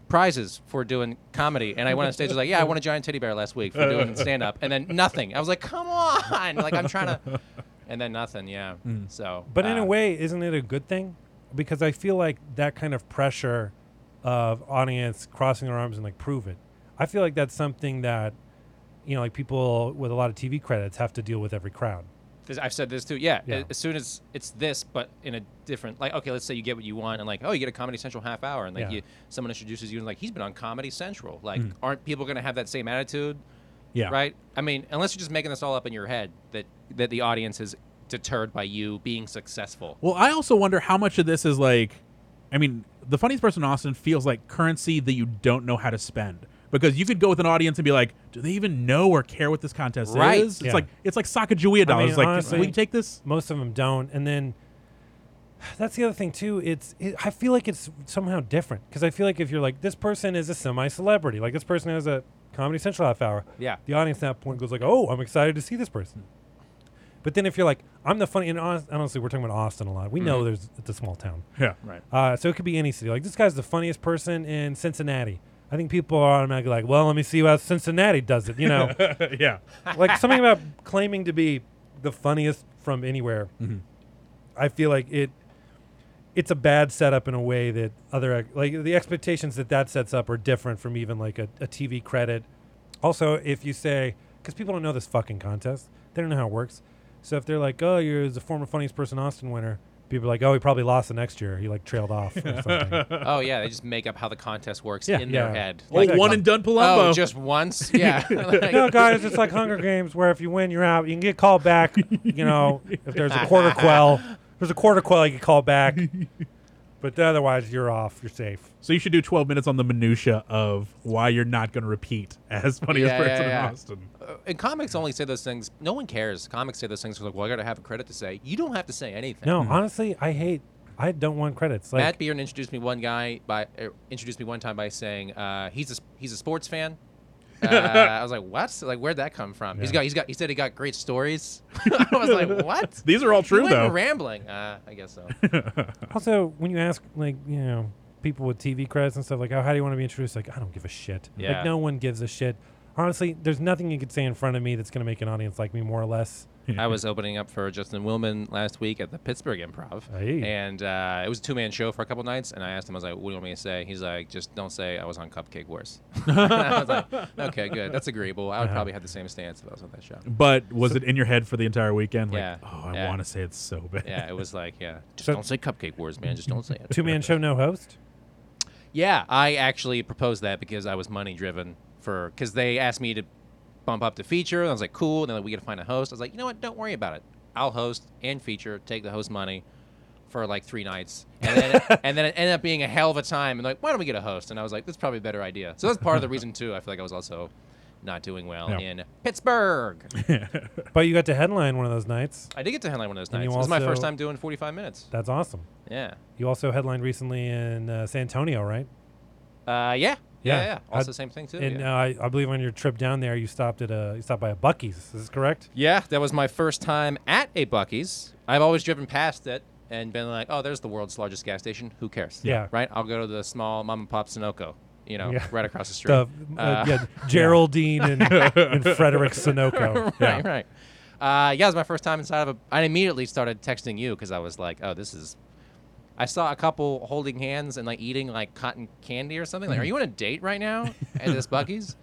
Speaker 3: prizes for doing comedy, and I went on stage and was like, yeah, I won a giant teddy bear last week for doing stand up, and then nothing. I was like, come on, like I'm trying to, and then nothing. Yeah, so
Speaker 1: Hmm. But in
Speaker 3: uh,
Speaker 1: a way, isn't it a good thing? Because I feel like that kind of pressure of audience crossing their arms and like prove it. I feel like that's something that you know, like people with a lot of TV credits have to deal with every crowd.
Speaker 3: This, I've said this too. Yeah,
Speaker 1: Yeah.
Speaker 3: As soon as it's this, but in a different, like, okay, let's say you get what you want, and like, oh, you get a Comedy Central half hour, and like,
Speaker 1: Yeah. Mm.
Speaker 3: you, someone introduces you, and like, he's been on Comedy Central. Like, aren't people going to have that same attitude?
Speaker 2: Yeah.
Speaker 3: Right. I mean, unless you're just making this all up in your head, that that the audience is deterred by you being successful.
Speaker 2: Well, I also wonder how much of this is like, I mean, the funniest person in Austin feels like currency that you don't know how to spend because you could go with an audience and be like, do they even know or care what this contest
Speaker 3: Right.
Speaker 2: is? It's
Speaker 1: Yeah.
Speaker 2: like it's like Sacagawea dollars.
Speaker 1: mean,
Speaker 2: It's like,
Speaker 1: honestly-
Speaker 2: will you take this?
Speaker 1: Most of them don't. And then that's the other thing too. It's it, I feel like it's somehow different because I feel like if you're like this person is a semi-celebrity, like this person has a Comedy Central half hour.
Speaker 3: Yeah.
Speaker 1: The audience at that point goes like, "Oh, I'm excited to see this person." But then if you're like, "I'm the funny," and hon- honestly, we're talking about Austin a lot. We know there's it's a small town.
Speaker 2: Yeah.
Speaker 3: Mm-hmm. Right.
Speaker 1: Uh, so it could be any city. Like this guy's the funniest person in Cincinnati. I think people are automatically like, well, let me see how Cincinnati does it. You know,
Speaker 2: yeah.
Speaker 1: like something about claiming to be the funniest from anywhere. I feel like it. It's a bad setup in a way that other ex- like the expectations that that sets up are different from even like a, a TV credit. Also, if you say because people don't know this fucking contest, they don't know how it works. So if they're like, "Oh, you're the former funniest person Austin winner," people are like, "Oh, he probably lost the next year. He like trailed off or something."
Speaker 3: oh yeah, they just make up how the contest works
Speaker 1: Yeah,
Speaker 3: in
Speaker 1: yeah.
Speaker 3: their head.
Speaker 2: Old one and done Palumbo.
Speaker 3: Oh, just once. Yeah. Like-
Speaker 1: no, guys, it's like Hunger Games where if you win, you're out. You can get called back. You know, if there's a quarter quell, if there's a quarter quell, you get called back. But otherwise, you're off. You're safe.
Speaker 2: so you should do 12 minutes on the minutia of why you're not going to repeat as funniest
Speaker 3: Yeah, yeah,
Speaker 2: person
Speaker 3: yeah.
Speaker 2: in Austin.
Speaker 3: Uh, and comics only say those things. No one cares. Comics say those things. Like, well, I gotta have a credit to say. You don't have to say anything.
Speaker 1: No, honestly, I hate. I don't want credits. Like,
Speaker 3: Matt Beard introduced me one guy by uh, introduced me one time by saying uh, he's a s- he's a sports fan. Uh, I was like, what? Like, where'd that come from? He's
Speaker 1: Yeah.
Speaker 3: got he's got he said he got great stories. I was like, what?
Speaker 2: These are all
Speaker 3: You
Speaker 2: true
Speaker 3: went
Speaker 2: though.
Speaker 3: Rambling. Uh, I guess so.
Speaker 1: also when you ask like you know people with TV credits and stuff like, "Oh, how do you want to be introduced?" Like, I don't give a shit.
Speaker 3: Yeah.
Speaker 1: Like, no one gives a shit. Honestly, there's nothing you could say in front of me that's going to make an audience like me more or less.
Speaker 3: I was opening up for Justin Willman last week at the Pittsburgh Improv,
Speaker 1: Hey.
Speaker 3: and uh, it was a two man show for a couple nights. And I asked him, I was like, "What do you want me to say?" He's like, "Just don't say I was on Cupcake Wars." I was like, "Okay, good. That's agreeable. I would probably have the same stance if I was on that show."
Speaker 2: But was it in your head for the entire weekend? Like,
Speaker 3: Yeah.
Speaker 2: oh, I
Speaker 3: Yeah.
Speaker 2: want to say it's so bad.
Speaker 3: Yeah, it was like, yeah, just
Speaker 1: So-
Speaker 3: don't say Cupcake Wars, man. Just don't say it.
Speaker 1: Two man show, no host.
Speaker 3: Yeah, I actually proposed that because I was money driven for because they asked me to bump up the feature. And I was like, cool. And then we got to find a host. I was like, you know what? Don't worry about it. I'll host and feature. Take the host money for like three nights, and then and then it ended up being a hell of a time. And like, why don't we get a host? And I was like, that's probably a better idea. So that's part of the reason too. I feel like I was also not doing well
Speaker 2: Yeah.
Speaker 3: in Pittsburgh.
Speaker 1: But you got to headline one of those nights.
Speaker 3: I did get to headline one of those
Speaker 1: And
Speaker 3: nights.
Speaker 1: you
Speaker 3: It was my
Speaker 1: also-
Speaker 3: first time doing 45 minutes.
Speaker 1: That's awesome.
Speaker 3: Yeah.
Speaker 1: You also headlined recently in uh, San Antonio, right?
Speaker 3: Uh, yeah. Yeah, yeah. Also,
Speaker 1: I'd-
Speaker 3: same thing too.
Speaker 1: And
Speaker 3: Oh, yeah.
Speaker 1: uh, I, I believe on your trip down there, you stopped at a you stopped by a Bucky's. Is this correct?
Speaker 3: Yeah, that was my first time at a Bucky's. I've always driven past it and been like, oh, there's the world's largest gas station. Who cares?
Speaker 1: Yeah.
Speaker 3: Right? I'll go to the small mom and pop Sunoco, you know,
Speaker 1: Yeah.
Speaker 3: right across the street.
Speaker 1: The, uh,
Speaker 3: Uh,
Speaker 1: yeah, Geraldine and, and Frederick Sinoco.
Speaker 3: right, right. Uh, yeah, it was my first time inside of a. I immediately started texting you because I was like, oh, this is. I saw a couple holding hands and like eating like cotton candy or something. Like, are you on a date right now at this Bucky's?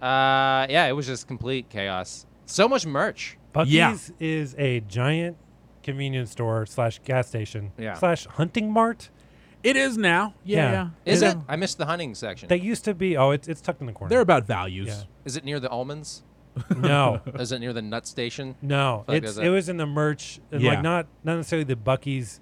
Speaker 3: Uh, yeah, it was just complete chaos. So much merch.
Speaker 1: Bucky's
Speaker 2: Yeah.
Speaker 1: is a giant convenience store slash gas station
Speaker 3: Yeah.
Speaker 1: slash hunting mart.
Speaker 2: It is now.
Speaker 1: Yeah.
Speaker 2: Yeah. yeah.
Speaker 3: Is
Speaker 1: Yeah.
Speaker 3: it? I missed the hunting section.
Speaker 1: They used to be. Oh, it's it's tucked in the corner.
Speaker 2: They're about values.
Speaker 1: Yeah.
Speaker 3: Is it near the almonds?
Speaker 1: no,
Speaker 3: Is it near the nut station?
Speaker 1: no.
Speaker 3: Fuck,
Speaker 1: It's
Speaker 3: is
Speaker 1: it
Speaker 3: it?
Speaker 1: was in the merch, and
Speaker 2: Yeah.
Speaker 1: like not not necessarily the Bucky's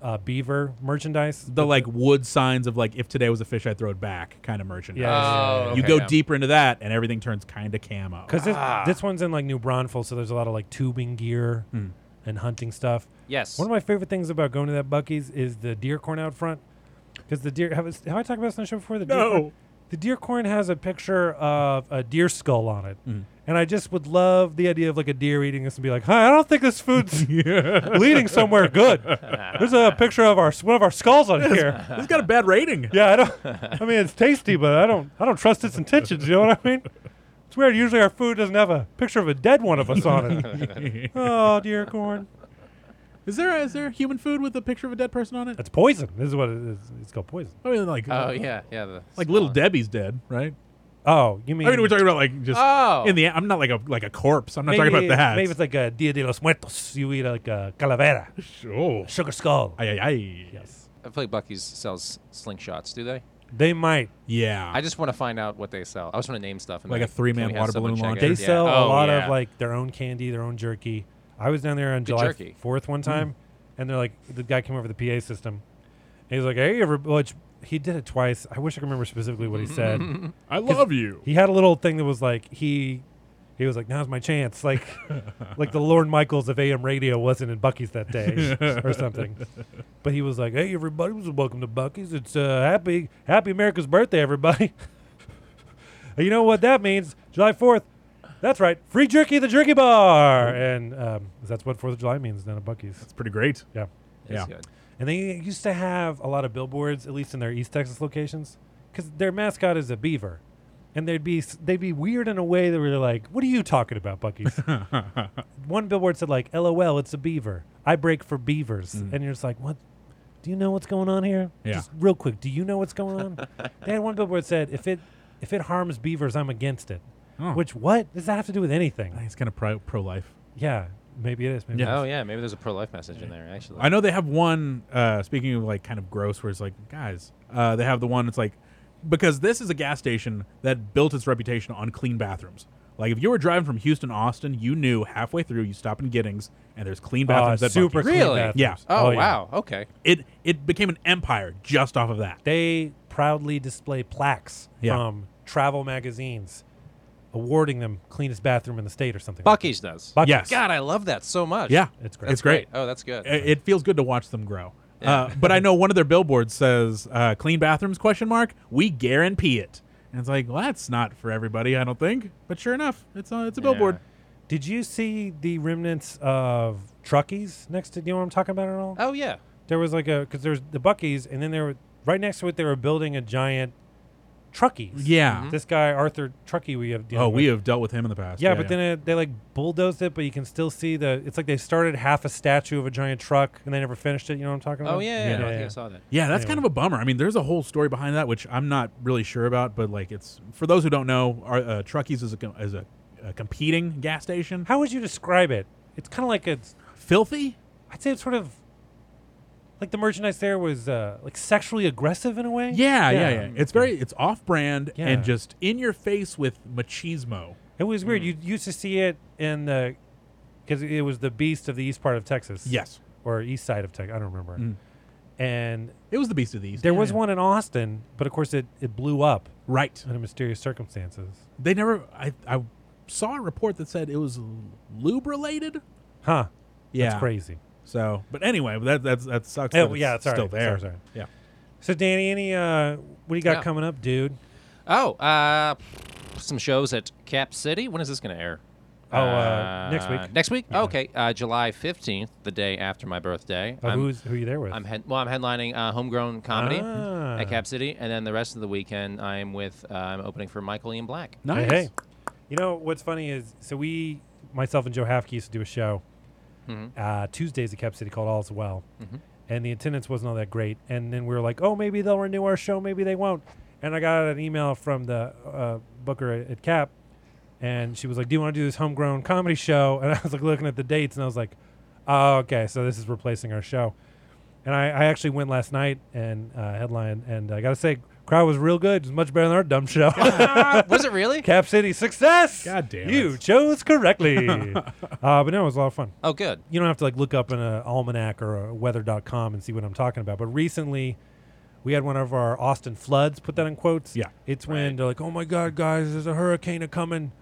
Speaker 1: uh, beaver merchandise.
Speaker 2: The like wood signs of like if today was a fish I'd throw it back kind of merchandise.
Speaker 1: Yeah, yeah,
Speaker 3: Oh,
Speaker 1: yeah.
Speaker 2: You
Speaker 3: okay,
Speaker 2: go
Speaker 3: yeah.
Speaker 2: deeper into that and everything turns kind of camo.
Speaker 1: because this, this one's in like New Braunfels, so there's a lot of like tubing gear and hunting stuff.
Speaker 3: Yes.
Speaker 1: One of my favorite things about going to that Bucky's is the deer corn out front, because the deer have, I- have I talked about this on the show before? The deer
Speaker 2: No.
Speaker 1: corn, the deer corn has a picture of a deer skull on it, and I just would love the idea of like a deer eating this and be like, "Hi, I don't think this food's leading somewhere good." There's a picture of our one of our skulls on here.
Speaker 2: This got a bad rating.
Speaker 1: Yeah, I don't. I mean, it's tasty, but I don't. I don't trust its intentions. You know what I mean? It's weird. Usually, our food doesn't have a picture of a dead one of us on it. oh, dear corn.
Speaker 2: Is there is there human food with a picture of a dead person on it?
Speaker 1: That's poison. This is what it is. It's called poison.
Speaker 2: I mean, like
Speaker 3: Oh yeah, yeah. The
Speaker 2: like
Speaker 3: small
Speaker 2: Little
Speaker 3: one.
Speaker 2: Debbie's dead, right?
Speaker 1: Oh, you mean?
Speaker 2: I mean, we're talking about like just
Speaker 3: Oh.
Speaker 2: in the. I'm not like a like a corpse. I'm not talking about that.
Speaker 1: Maybe it's like a Dia de los Muertos. You eat like a calavera,
Speaker 2: oh,
Speaker 1: sugar skull.
Speaker 2: ay, ay, ay. yes,
Speaker 3: I feel like Bucky's sells slingshots. Do they?
Speaker 1: They might.
Speaker 2: yeah.
Speaker 3: I just want to find out what they sell. I just want to name stuff. And
Speaker 2: Like
Speaker 3: be
Speaker 2: a three-man
Speaker 3: can we have
Speaker 2: water
Speaker 3: someone
Speaker 2: balloon
Speaker 3: check
Speaker 2: launcher?
Speaker 3: it?
Speaker 1: They
Speaker 3: Yeah.
Speaker 1: sell a
Speaker 3: Oh,
Speaker 1: lot
Speaker 3: yeah.
Speaker 1: of like their own candy, their own jerky. I was down there on
Speaker 3: The
Speaker 1: July
Speaker 3: jerky. Mm.
Speaker 1: Fourth one time, and they're like, the guy came over the PA system. And he's like, "Hey, ever?" Which he did it twice. I wish I could remember specifically what he said.
Speaker 2: I love you.
Speaker 1: he had a little thing that was like he. He was like, "Now's my chance," like, like the Lorne Michaels of AM radio wasn't in Bucky's that day or something. But he was like, "Hey, everybody, welcome to Bucky's. It's uh, happy, happy America's birthday, everybody." And you know what that means? July 4th. That's right. Free jerky at the jerky bar. And um, that's what 4th of July means down at Bucky's.
Speaker 2: It's pretty great.
Speaker 1: Yeah.
Speaker 2: Yeah.
Speaker 3: It's good.
Speaker 1: And they used to have a lot of billboards, at least in their East Texas locations, because their mascot is a beaver. And they'd be s- they'd be weird in a way that were like, "What are you talking about, Bucky's?" One billboard said like, "LOL, it's a beaver. I break for beavers." And you're just like, "What? Do you know what's going on here?"
Speaker 2: Mm. Yeah.
Speaker 1: Just real quick, do you know what's going on? they had one billboard said, "If it if it harms beavers, I'm against it."
Speaker 2: Oh.
Speaker 1: Which what does that have to do with anything?
Speaker 2: It's kind of pro pro life.
Speaker 1: Yeah, maybe it is. Maybe
Speaker 2: Yeah.
Speaker 1: it
Speaker 3: Oh
Speaker 1: is.
Speaker 3: yeah, maybe there's a pro-life message in there actually.
Speaker 2: I know they have one. Uh, speaking of like kind of gross, where it's like, guys, uh, they have the one. that's like because this is a gas station that built its reputation on clean bathrooms. Like if you were driving from Houston to Austin, you knew halfway through you stop in Giddings and there's clean
Speaker 1: Oh,
Speaker 2: bathrooms. at
Speaker 1: super
Speaker 2: Buc-ee's.
Speaker 1: clean
Speaker 3: Really?
Speaker 1: bathrooms.
Speaker 2: Yeah.
Speaker 3: Oh,
Speaker 1: yeah.
Speaker 3: wow. Okay.
Speaker 2: It it became an empire just off of that.
Speaker 1: They proudly display plaques
Speaker 2: Yeah.
Speaker 1: from travel magazines awarding them cleanest bathroom in the state or something. like
Speaker 3: Bucky's does.
Speaker 1: that. Buc-
Speaker 2: Yes.
Speaker 3: God, I love that so much.
Speaker 2: Yeah,
Speaker 1: It's great.
Speaker 2: It's,
Speaker 1: That's
Speaker 2: great.
Speaker 3: Oh, that's good.
Speaker 2: I- It, feels good to watch them grow. Uh, but I know one of their billboards says uh, "clean bathrooms?" question mark We guarantee it. And it's like, well, that's not for everybody, I don't think. But sure enough, it's a, it's a billboard.
Speaker 1: Did you see the remnants of Truckies next to? Do you know what I'm talking about at all?
Speaker 3: Oh yeah.
Speaker 1: There was like a because there's the Buckies, and then there were right next to it they were building a giant Truckies.
Speaker 2: Yeah.
Speaker 3: Mm-hmm.
Speaker 1: This guy Arthur Truckee we have. dealing
Speaker 2: Oh, we
Speaker 1: with.
Speaker 2: have dealt with him in the past.
Speaker 1: Mm-hmm. Yeah, but then it, they like bulldozed it, but you can still see the. It's like they started half a statue of a giant truck and they never finished it. You know what I'm talking about?
Speaker 3: Oh yeah. yeah, no, I think
Speaker 1: yeah.
Speaker 3: I saw that.
Speaker 2: yeah, that's kind of a bummer. I mean, there's a whole story behind that, which I'm not really sure about. But like, it's for those who don't know, our, uh, Truckies is a com- is a, a competing gas station.
Speaker 1: How would you describe it? It's kind of like it's.
Speaker 2: Filthy.
Speaker 1: I'd say it's sort of. Like the merchandise there was uh, like sexually aggressive in a way.
Speaker 2: Yeah, yeah, yeah. It's very it's off brand
Speaker 1: Yeah.
Speaker 2: and just in your face with machismo.
Speaker 1: It was
Speaker 2: Mm.
Speaker 1: weird. You used to see it in the, because it was the beast of the east part of Texas.
Speaker 2: Yes.
Speaker 1: Or east side of Texas. I don't remember. And
Speaker 2: It was the Beast of the East.
Speaker 1: there
Speaker 2: Yeah,
Speaker 1: was
Speaker 2: yeah.
Speaker 1: one in Austin, but of course it, it blew up
Speaker 2: Right.
Speaker 1: under mysterious circumstances.
Speaker 2: They never. I I saw a report that said it was lube related.
Speaker 1: Huh.
Speaker 2: Yeah.
Speaker 1: That's crazy.
Speaker 2: So, but anyway, that that's that sucks.
Speaker 1: Oh,
Speaker 2: that it's
Speaker 1: yeah, it's all
Speaker 2: still
Speaker 1: right.
Speaker 2: there.
Speaker 1: Sorry, sorry.
Speaker 2: Yeah.
Speaker 1: So, Danny, any uh, what do you got
Speaker 3: Yeah.
Speaker 1: coming up, dude?
Speaker 3: Oh, uh, some shows at Cap City. When is this going to air?
Speaker 1: Oh, uh, next week.
Speaker 3: Next week. okay, uh, July fifteenth, the day after my birthday.
Speaker 1: Oh,
Speaker 3: I'm,
Speaker 1: who's who are you there with?
Speaker 3: I'm head, well. I'm headlining uh, Homegrown Comedy
Speaker 1: Ah.
Speaker 3: at Cap City, and then the rest of the weekend I'm with. Uh, I'm opening for Michael Ian Black.
Speaker 1: Hey,
Speaker 2: Nice.
Speaker 1: hey. you know what's funny is so we, myself and Joe Hafke used to do a show
Speaker 3: Mhm.
Speaker 1: uh, Tuesdays at Cap City called All's Well, and the attendance wasn't all that great. And then we were like, oh, maybe they'll renew our show, maybe they won't. And I got an email from the uh, booker at, at Cap, and she was like, do you want to do this homegrown comedy show? And I was like looking at the dates, and I was like, oh, okay, so this is replacing our show. And I, I actually went last night and uh, headline, and I gotta say, crowd was real good. It was much better than our dumb show.
Speaker 3: Was it really?
Speaker 1: Cap City success.
Speaker 2: God damn
Speaker 1: You
Speaker 2: it.
Speaker 1: chose correctly. uh, but no, it was a lot of fun.
Speaker 3: Oh, good.
Speaker 1: You don't have to like look up in an almanac or a weather.com and see what I'm talking about. But recently, we had one of our Austin floods. Put that in quotes.
Speaker 2: Yeah.
Speaker 1: it's when they're like, "Oh my God, guys, there's a hurricane a coming,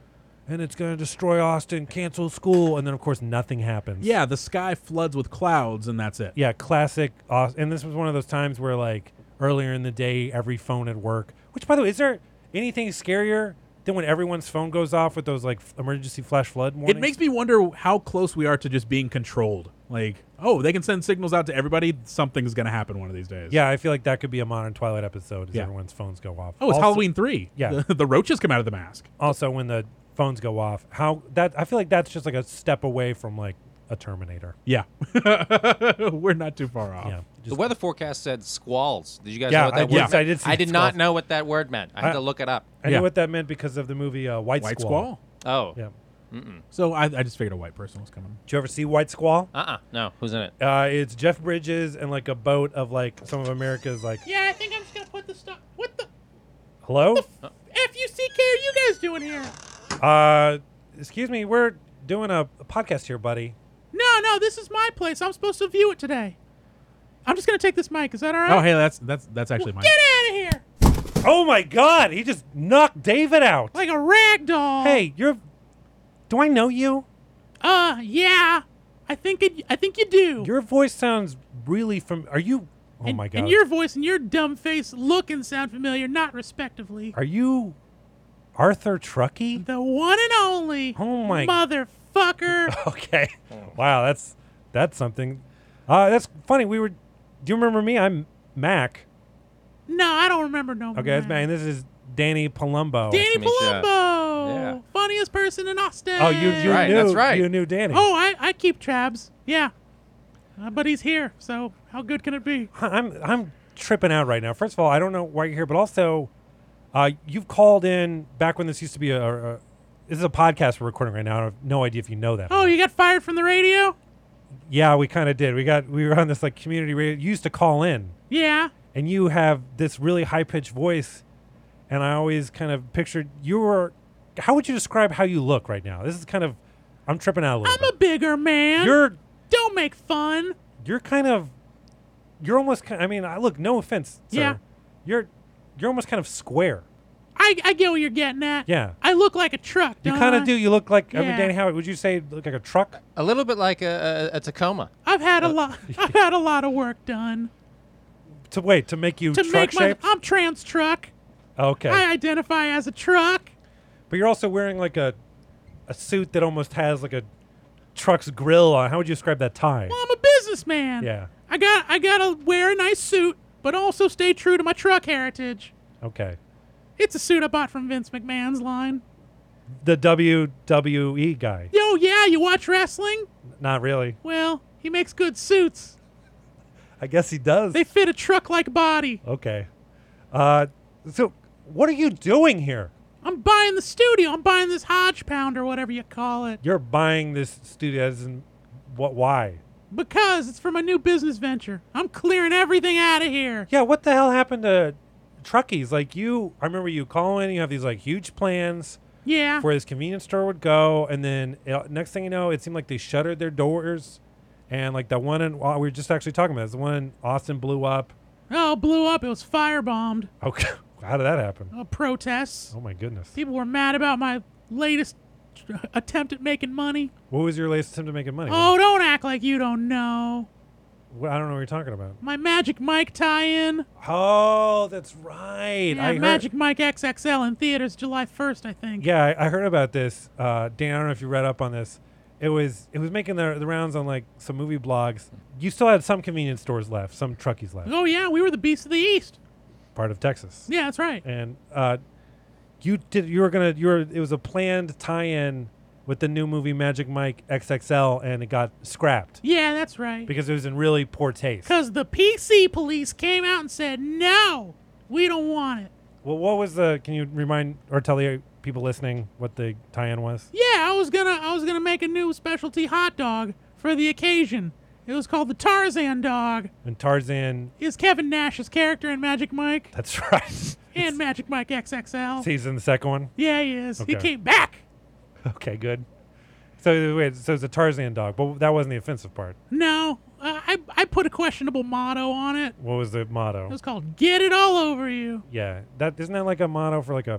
Speaker 1: and it's gonna destroy Austin. Cancel school." And then of course nothing happens.
Speaker 2: Yeah, the sky floods with clouds, and that's it.
Speaker 1: Yeah, classic. Aus- And this was one of those times where, like, earlier in the day, every phone at work. Which, by the way, is there anything scarier than when everyone's phone goes off with those like f- emergency flash flood warnings?
Speaker 2: It makes me wonder how close we are to just being controlled. Like, oh, they can send signals out to everybody. Something's going to happen one of these days.
Speaker 1: Yeah, I feel like that could be a modern Twilight episode. Is
Speaker 2: Yeah.
Speaker 1: everyone's phones go off?
Speaker 2: Oh, it's
Speaker 1: also,
Speaker 2: Halloween three.
Speaker 1: Yeah.
Speaker 2: The, the roaches come out of the mask.
Speaker 1: Also, when the phones go off, how that I feel like that's just like a step away from like a Terminator.
Speaker 2: Yeah. We're not too far off.
Speaker 1: Yeah.
Speaker 3: The
Speaker 1: Just,
Speaker 3: weather forecast said squalls. Did you guys
Speaker 1: Yeah,
Speaker 3: know what that
Speaker 1: I-
Speaker 3: word
Speaker 1: yes,
Speaker 3: meant?
Speaker 1: I did see
Speaker 3: I did
Speaker 1: squalls.
Speaker 3: not know what that word meant. I had
Speaker 1: I-
Speaker 3: to look it up.
Speaker 1: I
Speaker 2: yeah.
Speaker 1: knew what that meant because of the movie uh, White,
Speaker 2: White
Speaker 1: Squall.
Speaker 2: squall.
Speaker 3: Oh.
Speaker 1: Yeah.
Speaker 2: So I, I just figured a white person was coming.
Speaker 1: Did you ever see White Squall?
Speaker 3: Uh uh No. Who's in it?
Speaker 1: Uh, it's Jeff Bridges and like a boat of like some of America's like
Speaker 4: Yeah, I think I'm just gonna put the stuff. What the
Speaker 1: hello.
Speaker 4: f u c k are you guys doing here?
Speaker 1: Uh, excuse me, we're doing a, a podcast here, buddy.
Speaker 4: No, no, this is my place. I'm supposed to view it today. I'm just gonna take this mic. Is that all
Speaker 2: Oh,
Speaker 4: right?
Speaker 2: hey, that's that's that's actually mine.
Speaker 4: Get out of here
Speaker 1: Oh my God, he just knocked David out.
Speaker 4: like a rag doll.
Speaker 1: hey, you're. Do I know you?
Speaker 4: Uh, yeah. I think it. I think you do.
Speaker 1: Your voice sounds really from. Are you? Oh
Speaker 4: and,
Speaker 1: my God.
Speaker 4: And your voice and your dumb face look and sound familiar, not respectively.
Speaker 1: Are you Arthur Truckee?
Speaker 4: The one and only.
Speaker 1: Oh my-
Speaker 4: Motherfucker.
Speaker 1: Okay. Wow, that's that's something. Uh, that's funny. We were. Do you remember me? I'm Mac.
Speaker 4: no, I don't remember no more.
Speaker 1: Okay, that's Mac. And this is Danny Palumbo.
Speaker 4: Danny
Speaker 3: Nice to meet ya.
Speaker 4: Palumbo.
Speaker 3: Yeah.
Speaker 4: Funniest person in Austin.
Speaker 1: Oh, you, you
Speaker 3: Right,
Speaker 1: knew.
Speaker 3: that's right.
Speaker 1: You knew Danny.
Speaker 4: Oh, I, I keep tabs. Yeah. Uh, but he's here, so how good can it be?
Speaker 1: I'm I'm tripping out right now. First of all, I don't know why you're here, but also, uh, you've called in back when this used to be a, a, a- this is a podcast we're recording right now. I have no idea if you know that.
Speaker 4: Oh, you got fired from the radio?
Speaker 1: yeah, we kind of did. We got we were on this like community radio. You used to call in,
Speaker 4: Yeah.
Speaker 1: and you have this really high pitched voice, and I always kind of pictured you were. How would you describe how you look right now? This is kind of I'm tripping out a little.
Speaker 4: I'm a bigger man.
Speaker 1: bit. You're
Speaker 4: Don't make fun.
Speaker 1: you're kind of you're almost kind I mean, I look no offense, sir.
Speaker 4: Yeah.
Speaker 1: You're you're almost kind of square.
Speaker 4: I, I get what you're getting at.
Speaker 1: Yeah.
Speaker 4: I look like a truck.
Speaker 1: You
Speaker 4: don't
Speaker 1: kind
Speaker 4: I?
Speaker 1: of do. You look like I mean,
Speaker 4: Yeah.
Speaker 1: Danny Howard. Would you say look like a truck?
Speaker 3: A little bit like a, a, a Tacoma.
Speaker 4: I've had
Speaker 1: Uh,
Speaker 4: a lot. I've had a lot of work done
Speaker 1: To wait to make you
Speaker 4: to
Speaker 1: truck
Speaker 4: make my.
Speaker 1: shaped.
Speaker 4: I'm trans truck.
Speaker 1: okay,
Speaker 4: I identify as a truck.
Speaker 1: but you're also wearing like a a suit that almost has like a truck's grill on. How would you describe that tie?
Speaker 4: Well, I'm a businessman.
Speaker 1: Yeah.
Speaker 4: I got. I gotta wear a nice suit, but also stay true to my truck heritage.
Speaker 1: Okay,
Speaker 4: It's a suit I bought from Vince McMahon's line.
Speaker 1: the WWE guy.
Speaker 4: Yo, yeah, you watch wrestling?
Speaker 1: Not really.
Speaker 4: Well, he makes good suits.
Speaker 1: I guess he does.
Speaker 4: They fit a truck like body.
Speaker 1: okay, uh, so what are you doing here?
Speaker 4: I'm buying the studio. I'm buying this hodge pound or whatever you call it
Speaker 1: You're buying this studio as in what? Why?
Speaker 4: because it's for my new business venture. I'm clearing everything out of here.
Speaker 1: Yeah, what the hell happened to truckies? Like you, I remember you calling. You have these like huge plans.
Speaker 4: Yeah.
Speaker 1: where this convenience store would go, and then uh, next thing you know, it seemed like they shuttered their doors, and like that one in uh, we were just actually talking about this the one in Austin blew up.
Speaker 4: Oh, it blew up. It was firebombed.
Speaker 1: Okay, how did that happen?
Speaker 4: Oh, protests.
Speaker 1: Oh my goodness!
Speaker 4: People were mad about my latest attempt at making money.
Speaker 1: What was your latest attempt to making money?
Speaker 4: Oh, don't act like you don't know.
Speaker 1: Wh- I don't know what you're talking about.
Speaker 4: My Magic Mike tie-in.
Speaker 5: Oh, that's right.
Speaker 4: Yeah,
Speaker 5: I heard-
Speaker 4: Magic Mike XXL in theaters July 1st, I think.
Speaker 1: Yeah, I, I heard about this. Uh, Dan, I don't know if you read up on this. It was it was making the, the rounds on like some movie blogs. You still had some convenience stores left, some truckies left,
Speaker 4: Oh yeah, we were the beasts of the east.
Speaker 1: part of Texas.
Speaker 4: Yeah, that's right.
Speaker 1: And uh, you did you were gonna you were it was a planned tie-in with the new movie Magic Mike XXL, and it got scrapped
Speaker 4: Yeah, that's right.
Speaker 1: because it was in really poor taste.
Speaker 4: Because the PC police came out and said, "No, we don't want it."
Speaker 1: Well, what was the? Can you remind or tell the people listening what the tie-in was?
Speaker 4: Yeah, I was gonna, I was gonna make a new specialty hot dog for the occasion. It was called the Tarzan dog.
Speaker 1: And Tarzan.
Speaker 4: Is Kevin Nash's character in Magic Mike
Speaker 1: That's right.
Speaker 4: and Magic Mike XXL?
Speaker 1: Season the second one.
Speaker 4: Yeah, he is. He
Speaker 1: Okay.
Speaker 4: came back.
Speaker 1: Okay, good. So wait, so it's a Tarzan dog, but that wasn't the offensive part.
Speaker 4: No, uh, I, I put a questionable motto on it.
Speaker 1: What was the motto?
Speaker 4: It was called "Get It All Over You."
Speaker 1: yeah, that isn't that like a motto for like a,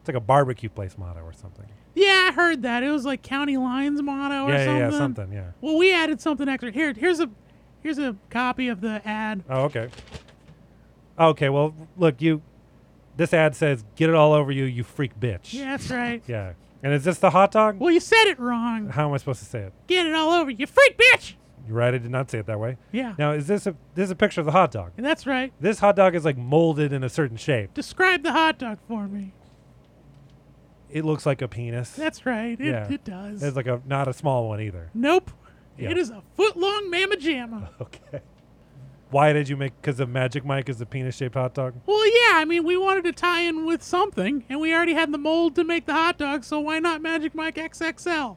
Speaker 1: it's like a barbecue place motto or something.
Speaker 4: Yeah, I heard that. It was like County Lines motto or
Speaker 1: yeah,
Speaker 4: something.
Speaker 1: yeah, yeah, something. Yeah.
Speaker 4: Well, we added something extra. Here, here's a, here's a copy of the ad.
Speaker 1: Oh, okay. Okay, well, look, you. This ad says, "Get it all over you, you freak bitch."
Speaker 4: Yeah, that's right.
Speaker 1: Yeah. And is this the hot dog?
Speaker 4: Well, you said it wrong.
Speaker 1: How am I supposed to say it?
Speaker 4: Get it all over you, freak bitch.
Speaker 1: You're right. I did not say it that way.
Speaker 4: Yeah,
Speaker 1: Now, is this a this is a picture of the hot dog?
Speaker 4: and that's right.
Speaker 1: This hot dog is like molded in a certain shape.
Speaker 4: Describe the hot dog for me.
Speaker 1: It looks like a penis.
Speaker 4: That's right. It,
Speaker 1: Yeah.
Speaker 4: it does.
Speaker 1: It's like a not a small one either.
Speaker 4: nope.
Speaker 1: Yeah.
Speaker 4: It is a foot long mamma jamma.
Speaker 1: Okay. Why did you make? Because the Magic Mike is a penis-shaped hot dog.
Speaker 4: well, yeah. I mean, we wanted to tie in with something, and we already had the mold to make the hot dog, so why not Magic Mike XXL?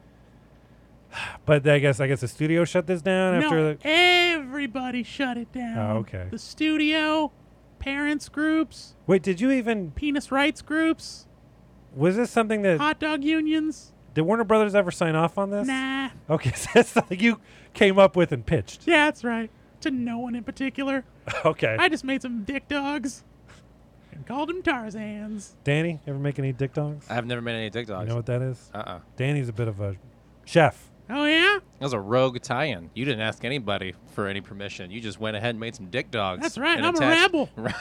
Speaker 1: But I guess I guess the studio shut this down after.
Speaker 4: No,
Speaker 1: The,
Speaker 4: everybody shut it down.
Speaker 1: Oh, okay.
Speaker 4: The studio, parents groups,
Speaker 1: wait, did you even?
Speaker 4: penis rights groups,
Speaker 1: Was this something that
Speaker 4: hot dog unions.
Speaker 1: did Warner Brothers ever sign off on this?
Speaker 4: Nah.
Speaker 1: Okay, so that's something you came up with and pitched.
Speaker 4: Yeah, that's right. To no one in particular.
Speaker 1: Okay.
Speaker 4: I just made some dick dogs and called them Tarzans.
Speaker 1: Danny, ever make any dick dogs?
Speaker 3: I've never made any dick
Speaker 1: you
Speaker 3: dogs.
Speaker 1: know what that is?
Speaker 3: uh uh
Speaker 1: Danny's a bit of a chef.
Speaker 4: Oh, yeah?
Speaker 3: That was a rogue tie-in. You didn't ask anybody for any permission. You just went ahead and made some dick dogs.
Speaker 4: That's right,
Speaker 3: and
Speaker 4: I'm a
Speaker 3: attached-
Speaker 4: rebel.
Speaker 3: Right.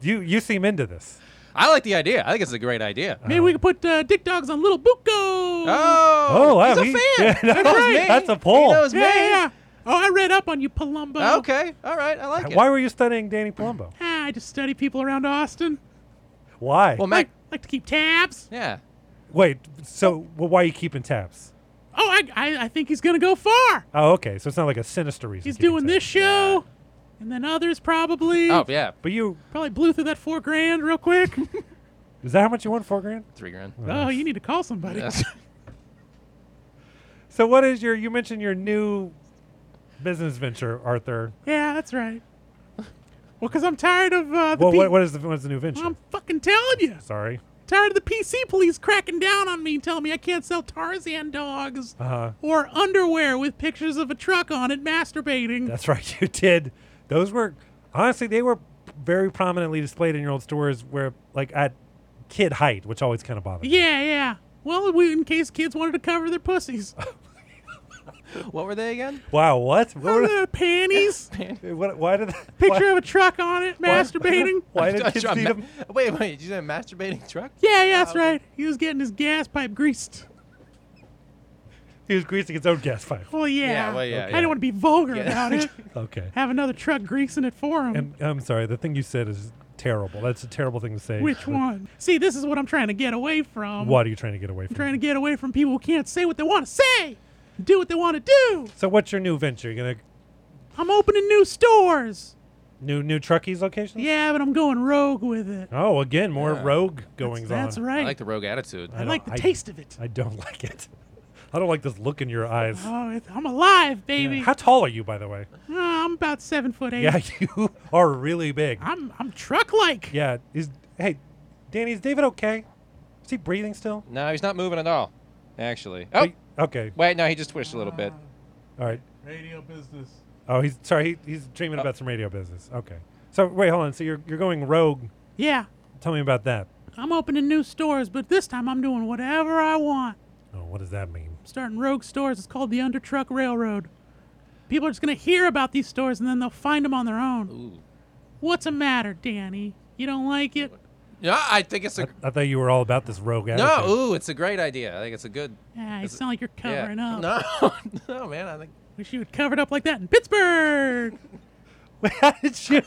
Speaker 1: You you seem into this.
Speaker 3: I like the idea. I think it's a great idea.
Speaker 4: Maybe we could put uh, dick dogs on Little Buko.
Speaker 3: Oh,
Speaker 1: Oh, wow,
Speaker 3: he's a
Speaker 1: he-
Speaker 3: fan.
Speaker 1: yeah,
Speaker 3: He
Speaker 1: that's
Speaker 3: knows
Speaker 1: right.
Speaker 3: me.
Speaker 1: That's a poll.
Speaker 3: He knows
Speaker 4: yeah,
Speaker 3: me. Oh,
Speaker 4: yeah, yeah. Oh, I read up on you, Palumbo.
Speaker 3: Okay, all right, I like it.
Speaker 1: Why were you studying Danny Palumbo?
Speaker 4: Ah, I just study people around Austin.
Speaker 1: Why?
Speaker 3: Well,
Speaker 4: I
Speaker 3: Mac.
Speaker 4: like to keep tabs.
Speaker 3: Yeah.
Speaker 1: Wait, so well, why are you keeping tabs?
Speaker 4: Oh, I, I, I think he's going to go far.
Speaker 1: Oh, okay. So it's not like a sinister reason.
Speaker 4: He's
Speaker 1: keeping
Speaker 4: doing
Speaker 1: tabs.
Speaker 4: this show and then others probably.
Speaker 3: Oh yeah.
Speaker 1: But you
Speaker 4: Probably blew through that four grand real quick.
Speaker 1: is that how much you won? Four grand.
Speaker 3: Three grand.
Speaker 4: oh, you need to call somebody.
Speaker 3: That's-
Speaker 1: So what is your? You mentioned your new business venture, Arthur.
Speaker 4: Yeah, that's right. Well, because I'm tired of uh, the
Speaker 1: Well,
Speaker 4: pe- Um,
Speaker 1: what, what is the what's the new venture?
Speaker 4: I'm fucking telling you,
Speaker 1: Sorry.
Speaker 4: tired of the PC police cracking down on me, telling me I can't sell Tarzan dogs
Speaker 1: Uh huh.
Speaker 4: or underwear with pictures of a truck on it masturbating.
Speaker 1: That's right. You did. Those were honestly they were very prominently displayed in your old stores, where like at kid height, which always kind of bothered. me.
Speaker 4: yeah, yeah. Well, we, in case kids wanted to cover their pussies,
Speaker 3: what were they again?
Speaker 1: Wow. What?
Speaker 4: Or
Speaker 1: What?
Speaker 4: their panties,
Speaker 1: what why did? that-
Speaker 4: picture of a truck on it masturbating.
Speaker 1: Why, why did
Speaker 3: I'm
Speaker 1: kids
Speaker 3: trying-
Speaker 1: need them?
Speaker 3: Wait, wait. Did you say a masturbating truck?
Speaker 4: Yeah, yeah, that's right. He was getting his gas pipe greased.
Speaker 1: He was greasing his own gas pipe.
Speaker 4: Well, Oh, yeah.
Speaker 3: Yeah, well, yeah,
Speaker 4: I
Speaker 3: yeah.
Speaker 4: didn't want to be vulgar
Speaker 3: Yeah.
Speaker 4: about it.
Speaker 1: Okay.
Speaker 4: Have another truck greasing it for him.
Speaker 1: And I'm sorry. The thing you said is terrible. That's a terrible thing to say.
Speaker 4: Which one? See, this is what I'm trying to get away from.
Speaker 1: What are you trying to get away from?
Speaker 4: I'm trying to get away from people who can't say what they want to say, do what they want to do.
Speaker 1: So what's your new venture? You gonna
Speaker 4: I'm opening new stores.
Speaker 1: new new Truckies locations?
Speaker 4: Yeah, but I'm going rogue with it.
Speaker 1: Oh, again, more
Speaker 3: Yeah.
Speaker 1: rogue goings
Speaker 4: That's
Speaker 1: on.
Speaker 4: right.
Speaker 3: I like the rogue attitude.
Speaker 4: I like the
Speaker 1: I-
Speaker 4: taste of it.
Speaker 1: I don't like it. I don't like this look in your eyes.
Speaker 4: oh, it, I'm alive, baby.
Speaker 1: How tall are you, by the way?
Speaker 4: Oh, I'm about seven foot eight.
Speaker 1: Yeah, you are really big.
Speaker 4: I'm I'm truck like.
Speaker 1: Yeah. Is hey, Danny? Is David okay? Is he breathing still?
Speaker 3: No, he's not moving at all. Actually. Oh,
Speaker 1: Okay.
Speaker 3: wait. No, he just twitched a little bit.
Speaker 1: All right.
Speaker 2: Radio business.
Speaker 1: Oh, he's sorry. He, he's dreaming
Speaker 3: Oh.
Speaker 1: about some radio business. Okay. So wait, hold on. So you're you're going rogue.
Speaker 4: yeah.
Speaker 1: Tell me about that.
Speaker 4: I'm opening new stores, but this time I'm doing whatever I want.
Speaker 1: Oh, what does that mean?
Speaker 4: starting rogue stores. It's called the Under Truck Railroad. People are just going to hear about these stores and then they'll find them on their own.
Speaker 3: Ooh.
Speaker 4: What's the matter, Danny? You don't like it?
Speaker 3: Yeah, I think it's a
Speaker 1: I thought you were all about this rogue
Speaker 3: no.
Speaker 1: attitude.
Speaker 3: Ooh, it's a great idea. I think it's a good.
Speaker 4: Ah, you
Speaker 3: Is it-
Speaker 4: sound like you're
Speaker 3: Yeah.
Speaker 4: covering up.
Speaker 3: No, no, man. I think
Speaker 4: Wish you would cover it up like that in Pittsburgh.
Speaker 1: How did you?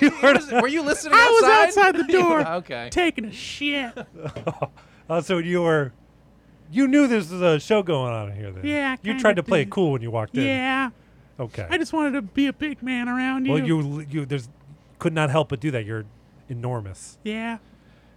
Speaker 1: you were,
Speaker 3: were you listening?
Speaker 4: I was
Speaker 3: outside?
Speaker 4: outside the door.
Speaker 3: okay.
Speaker 4: Taking a shit.
Speaker 1: uh, so you were. You knew this was a show going on here. Then.
Speaker 4: Yeah, I
Speaker 1: You
Speaker 4: kinda
Speaker 1: tried to play it
Speaker 4: did.
Speaker 1: cool when you walked in.
Speaker 4: Yeah.
Speaker 1: Okay.
Speaker 4: I just wanted to be a big man around you.
Speaker 1: well, you you there's could not help but do that. You're enormous.
Speaker 4: Yeah.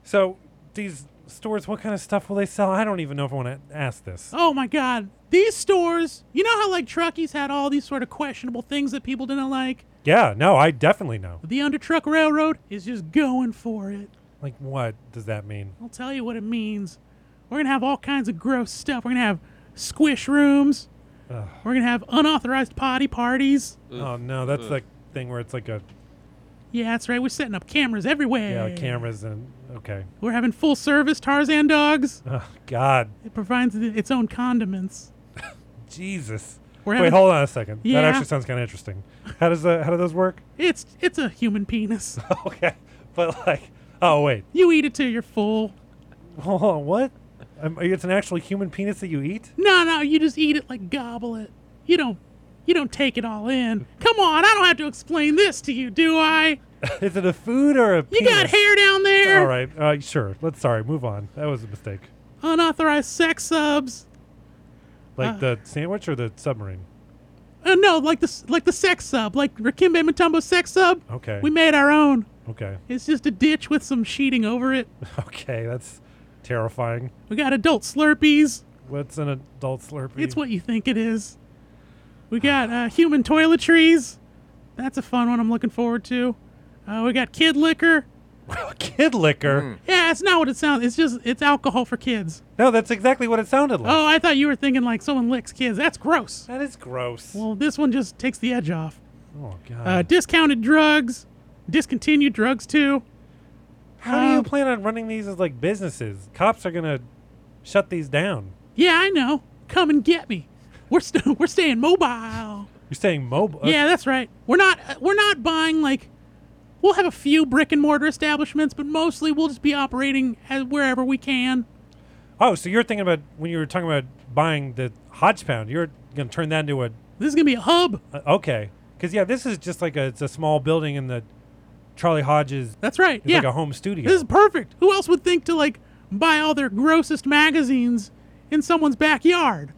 Speaker 1: So these stores, what kind of stuff will they sell? I don't even know if I want to ask this.
Speaker 4: Oh my God. These stores, you know how like Truckies had all these sort of questionable things that people didn't like?
Speaker 1: Yeah, no, I definitely know.
Speaker 4: The Undertruck Railroad is just going for it.
Speaker 1: Like, what does that mean?
Speaker 4: I'll tell you what it means. We're going to have all kinds of gross stuff. We're going to have squish rooms.
Speaker 1: Ugh.
Speaker 4: We're going to have unauthorized potty parties.
Speaker 1: Oh no, that's
Speaker 3: Ugh.
Speaker 1: like thing where it's like a
Speaker 4: Yeah, that's right. We're setting up cameras everywhere.
Speaker 1: yeah, like cameras and okay.
Speaker 4: We're having full service Tarzan dogs.
Speaker 1: Oh God,
Speaker 4: It provides th- its own condiments.
Speaker 1: Jesus.
Speaker 4: We're
Speaker 1: Wait,
Speaker 4: having-
Speaker 1: hold on a second.
Speaker 4: Yeah.
Speaker 1: That actually sounds kind of interesting. How does that? How do those work?
Speaker 4: It's it's a human penis.
Speaker 1: okay, but like, oh wait,
Speaker 4: You eat it till you're full.
Speaker 1: hold on, what? Um, it's an actual human penis that you eat?
Speaker 4: No, no, you just eat it like gobble it. You don't you don't take it all in. Come on, I don't have to explain this to you, do I?
Speaker 1: Is it a food or a?
Speaker 4: You
Speaker 1: penis?
Speaker 4: got hair down there.
Speaker 1: All right, uh, sure. Let's sorry, move on. That was a mistake.
Speaker 4: Unauthorized sex subs.
Speaker 1: Like
Speaker 4: Uh.
Speaker 1: the sandwich or the submarine?
Speaker 4: Uh, no, like the s- like the sex sub, like Rakimbe Mutombo sex sub.
Speaker 1: Okay.
Speaker 4: We made our own.
Speaker 1: okay.
Speaker 4: It's just a ditch with some sheeting over it.
Speaker 1: Okay, that's terrifying.
Speaker 4: We got adult Slurpees.
Speaker 1: What's an adult Slurpee?
Speaker 4: It's what you think it is. We got uh, human toiletries. That's a fun one I'm looking forward to. Uh, we got kid liquor.
Speaker 1: kid liquor.
Speaker 4: Yeah, it's not what it sounds. It's just it's alcohol for kids.
Speaker 1: No, that's exactly what it sounded like.
Speaker 4: Oh, I thought you were thinking like someone licks kids. That's gross.
Speaker 1: That is gross.
Speaker 4: Well, this one just takes the edge off.
Speaker 1: oh god.
Speaker 4: Uh, discounted drugs, discontinued drugs too.
Speaker 1: How do you
Speaker 4: um,
Speaker 1: plan on running these as like businesses? Cops are gonna shut these down.
Speaker 4: Yeah, I know. Come and get me. We're st- we're staying mobile.
Speaker 1: You're saying uh, mobile?
Speaker 4: Yeah, that's right. We're not uh, we're not buying like we'll have a few brick and mortar establishments, but mostly we'll just be operating as wherever we can.
Speaker 1: Oh, so you're thinking about when you were talking about buying the Hodge Pound? You're gonna turn that into a
Speaker 4: This is gonna be a hub.
Speaker 1: uh, okay? Because yeah, this is just like a it's a small building in the Charlie Hodges.
Speaker 4: That's right.
Speaker 1: It's
Speaker 4: yeah,
Speaker 1: like a home studio.
Speaker 4: this is perfect. Who else would think to like buy all their grossest magazines in someone's backyard?